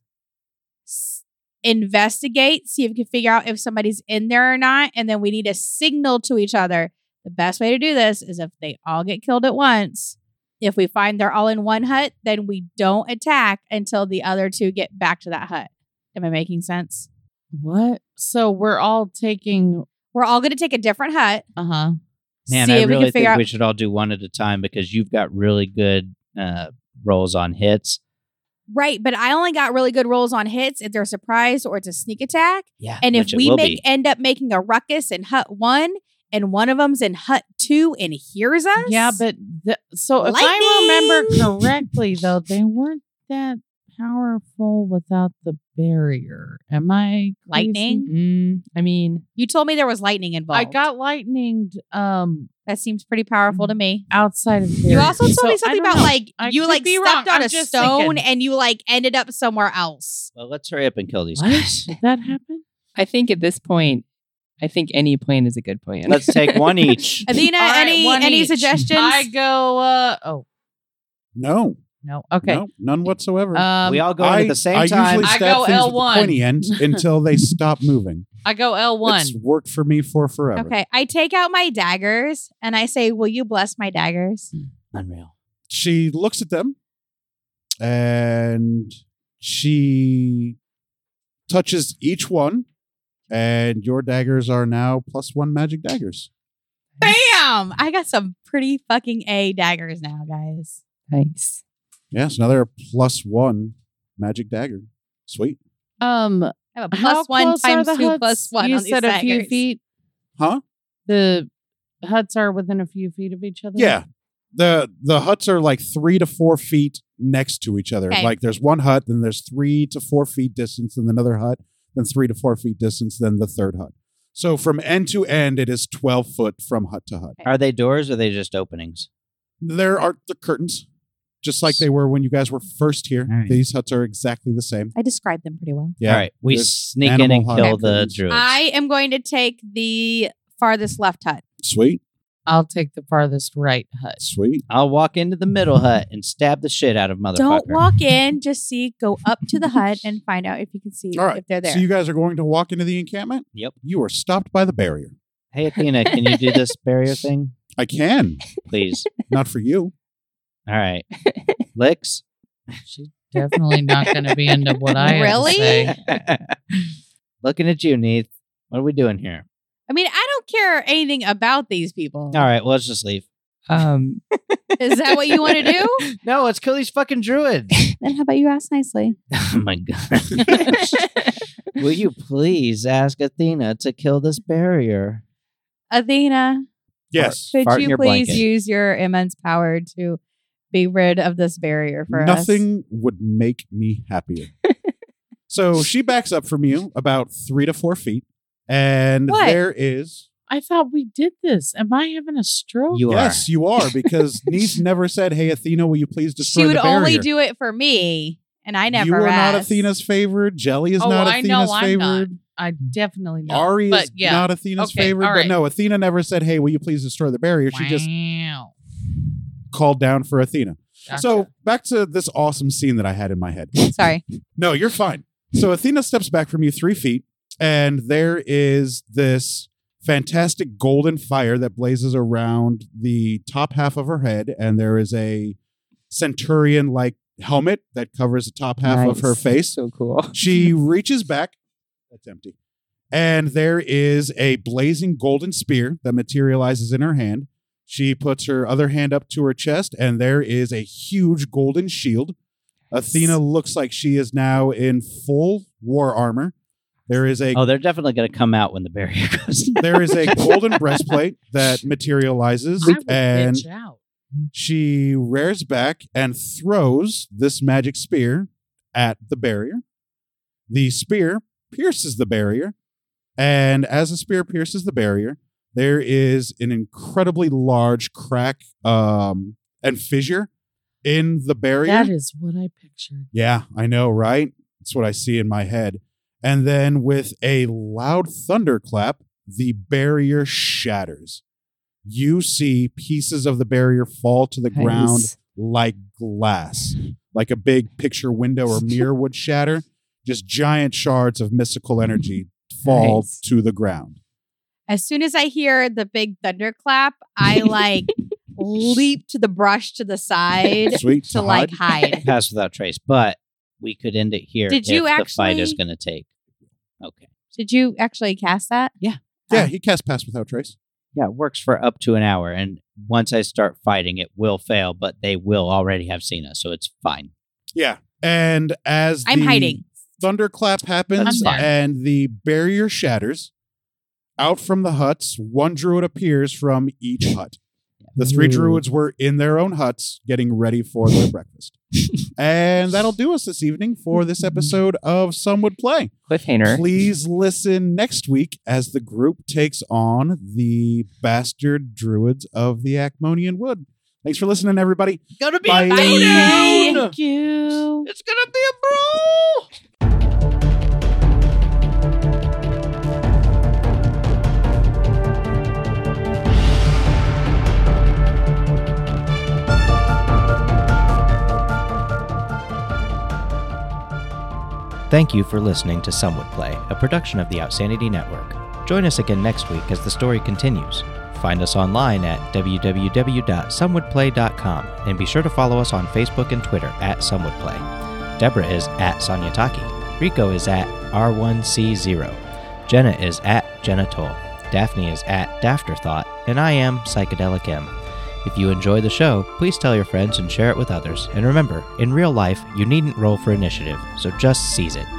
S2: s- investigate, see if we can figure out if somebody's in there or not. And then we need a signal to each other. The best way to do this is if they all get killed at once. If we find they're all in one hut, then we don't attack until the other two get back to that hut. Am I making sense?
S5: What? So we're all taking.
S2: We're all going to take a different hut.
S5: Uh huh.
S3: Man,
S2: see
S3: I
S2: if we
S3: really
S2: can figure
S3: think
S2: out.
S3: we should all do one at a time because you've got really good uh, rolls on hits.
S2: right, but I only got really good rolls on hits if they're surprised or it's a sneak attack.
S3: Yeah,
S2: And if
S3: which it
S2: we
S3: will
S2: make
S3: be.
S2: end up making a ruckus in hut one, and one of them's in hut two and hears us,
S5: Yeah, but the, so if I remember correctly, though, they weren't that powerful without the barrier. Am I crazy?
S2: Lightning?
S4: Mm, I mean,
S2: you told me there was lightning
S5: I
S2: involved.
S5: got lightninged um
S2: that seems pretty powerful to me.
S5: outside of
S2: You
S5: barrier.
S2: also told
S5: So I
S2: me something
S5: don't
S2: about
S5: know.
S2: like
S5: I
S2: you
S5: could
S2: like
S5: be
S2: stepped
S5: wrong.
S2: on
S5: I'm
S2: a
S5: just
S2: stone
S5: thinking.
S2: and you like ended up somewhere else.
S3: well, let's hurry up and kill these
S5: What?
S3: guys.
S5: Did that happen?
S4: I think at this point, I think any plan is a good plan.
S3: Let's take one each.
S2: Athena,
S5: All right,
S2: any
S5: one
S2: any
S5: each.
S2: suggestions?
S5: I go. uh Oh
S1: No,
S5: no. Okay.
S1: no, none whatsoever.
S5: Um,
S3: we all go in
S1: I,
S3: Uh, at the same
S1: I
S3: time.
S1: usually
S5: I
S1: stab
S5: go
S1: things with the
S5: L1.
S1: pointy end until they stop moving.
S5: I go L one.
S1: It's worked for me for forever.
S2: okay, I take out my daggers and I say, "Will you bless my daggers?"
S3: Mm. Unreal.
S1: she looks at them and she touches each one and your daggers are now plus one magic daggers
S2: Bam! I got some pretty fucking a daggers now, guys.
S4: nice.
S1: yes now they're a plus one magic dagger sweet
S5: Um,
S2: I have a
S5: how
S2: plus one
S5: close are
S2: times
S5: the
S2: two
S5: huts?
S2: plus one
S5: You
S2: on these
S5: said a few
S2: daggers.
S5: feet.
S1: huh
S5: The huts are within a few feet of each other.
S1: yeah the the huts are like three to four feet next to each other
S2: Okay.
S1: like there's one hut then there's three to four feet distance then another hut then three to four feet distance then the third hut so from end to end it is 12 foot from hut to hut
S3: Are they doors or are they just openings?
S1: There are the curtains, just like they were when you guys were first here.
S3: All right.
S1: These huts are exactly the same.
S2: I described them pretty well.
S1: Yeah.
S3: All right, we
S1: there's
S3: sneak in
S1: animal
S3: and kill
S1: hunt.
S3: the druids.
S2: I am going to take the farthest left hut.
S1: Sweet.
S5: I'll take the farthest right hut.
S1: Sweet.
S3: I'll walk into the middle hut and stab the shit out of motherfucker.
S2: Don't walk in, just see, go up to the hut and find out if you can see
S1: All right.
S2: if they're there.
S1: So you guys are going to walk into the encampment?
S3: Yep.
S1: You are stopped by the barrier.
S3: Hey Athena, can you do this barrier thing,
S1: I can.
S3: please?
S1: Not for you.
S3: All right, Licks.
S5: She's definitely not going to be into what I
S2: Really?
S5: Have to say.
S3: Looking at you, Neith. What are we doing here?
S2: I mean, I don't care anything about these people.
S3: All right, well, let's just leave.
S4: Um,
S2: Is that what you want to do?
S3: No, let's kill these fucking druids.
S2: then how about you ask nicely?
S3: oh my god. Will you please ask Athena to kill this barrier?
S2: Athena,
S1: Yes.
S2: could
S3: Fart in
S2: you
S3: your
S2: please
S3: blanket.
S2: use your immense power to be rid of this barrier for us?
S1: Nothing would make me happier. so she backs up from you about three to four feet. And
S2: What?
S1: there is.
S5: I thought we did this. Am I having a
S2: Oh,
S5: stroke?
S3: You
S1: yes, you are, because Neith never said, Hey, Athena, will you please destroy
S2: She would
S1: the barrier?
S2: only do it for me, and I never
S1: You are not
S2: asked.
S1: Athena's favorite. Jelly is
S5: oh,
S1: not
S5: I
S1: Athena's
S5: know I'm
S1: favorite.
S5: not. I definitely know.
S1: Ari
S5: but
S1: is
S5: yeah.
S1: not Athena's
S5: Okay,
S1: favorite,
S5: all
S1: but
S5: right.
S1: no, Athena never said, "Hey, will you please destroy the barrier?" She just
S5: wow.
S1: called down for Athena.
S5: Gotcha.
S1: So back to this awesome scene that I had in my head.
S2: Sorry.
S1: No, you're fine. So Athena steps back from you three feet, and there is this fantastic golden fire that blazes around the top half of her head, and there is a centurion like helmet that covers the top half of her
S4: Nice.
S1: face.
S4: so cool.
S1: She reaches back. That's empty. And there is a blazing golden spear that materializes in her hand. She puts her other hand up to her chest, and there is a huge golden shield. Athena looks like she is now in full war armor. There is a
S3: Oh, they're definitely going to come out when the barrier goes down.
S1: there is a golden breastplate that materializes,
S5: I would
S1: and
S5: bitch out.
S1: she rears back and throws this magic spear at the barrier. The spear pierces the barrier. And as the spear pierces the barrier, there is an incredibly large crack um, and fissure in the barrier.
S5: That is what I pictured.
S1: Yeah, I know, right? That's what I see in my head. And then with a loud thunderclap, the barrier shatters. You see pieces of the barrier fall to the ground
S4: Nice.
S1: like glass, like a big picture window or mirror would shatter. Just giant shards of mystical energy fall
S4: Nice.
S1: to the ground.
S2: As soon as I hear the big thunderclap, I like leap to the brush to the side
S1: Sweet.
S2: to like
S1: Todd.
S2: hide.
S3: Pass without trace, but we could end it here.
S2: Did
S3: if
S2: you
S3: the fight is
S2: actually-
S3: going to take? Okay.
S2: Did you actually cast that?
S1: Yeah, he cast Pass Without Trace.
S3: Yeah, it works for up to an hour, and once I start fighting, it will fail, but they will already have seen us, so it's fine.
S1: Yeah. And as
S2: I'm
S1: the
S2: hiding.
S1: thunderclap happens
S5: I'm there.
S1: and the barrier shatters. Out from the huts, one druid appears from each hut. The three
S4: Ooh.
S1: druids were in their own huts getting ready for their breakfast. And that'll do us this evening for this episode of Some Would Play.
S4: Cliffhanger.
S1: Please listen next week as the group takes on the bastard druids of the Acmonian Wood. Thanks for listening, everybody.
S6: Gonna be
S1: Bye.
S6: a showdown.
S5: Thank you.
S6: It's gonna be a brawl.
S7: Thank you for listening to Some Would Play, a production of the Outsanity Network. Join us again next week as the story continues. Find us online at www.somewouldplay.com and be sure to follow us on Facebook and Twitter at Some Would Play. Deborah is at Sonia Taki. Rico is at R1C0. Jenna is at Genitol. Daphne is at Dafterthought. And I am Psychedelic M. If you enjoy the show, please tell your friends and share it with others. And remember, in real life, you needn't roll for initiative, so just seize it.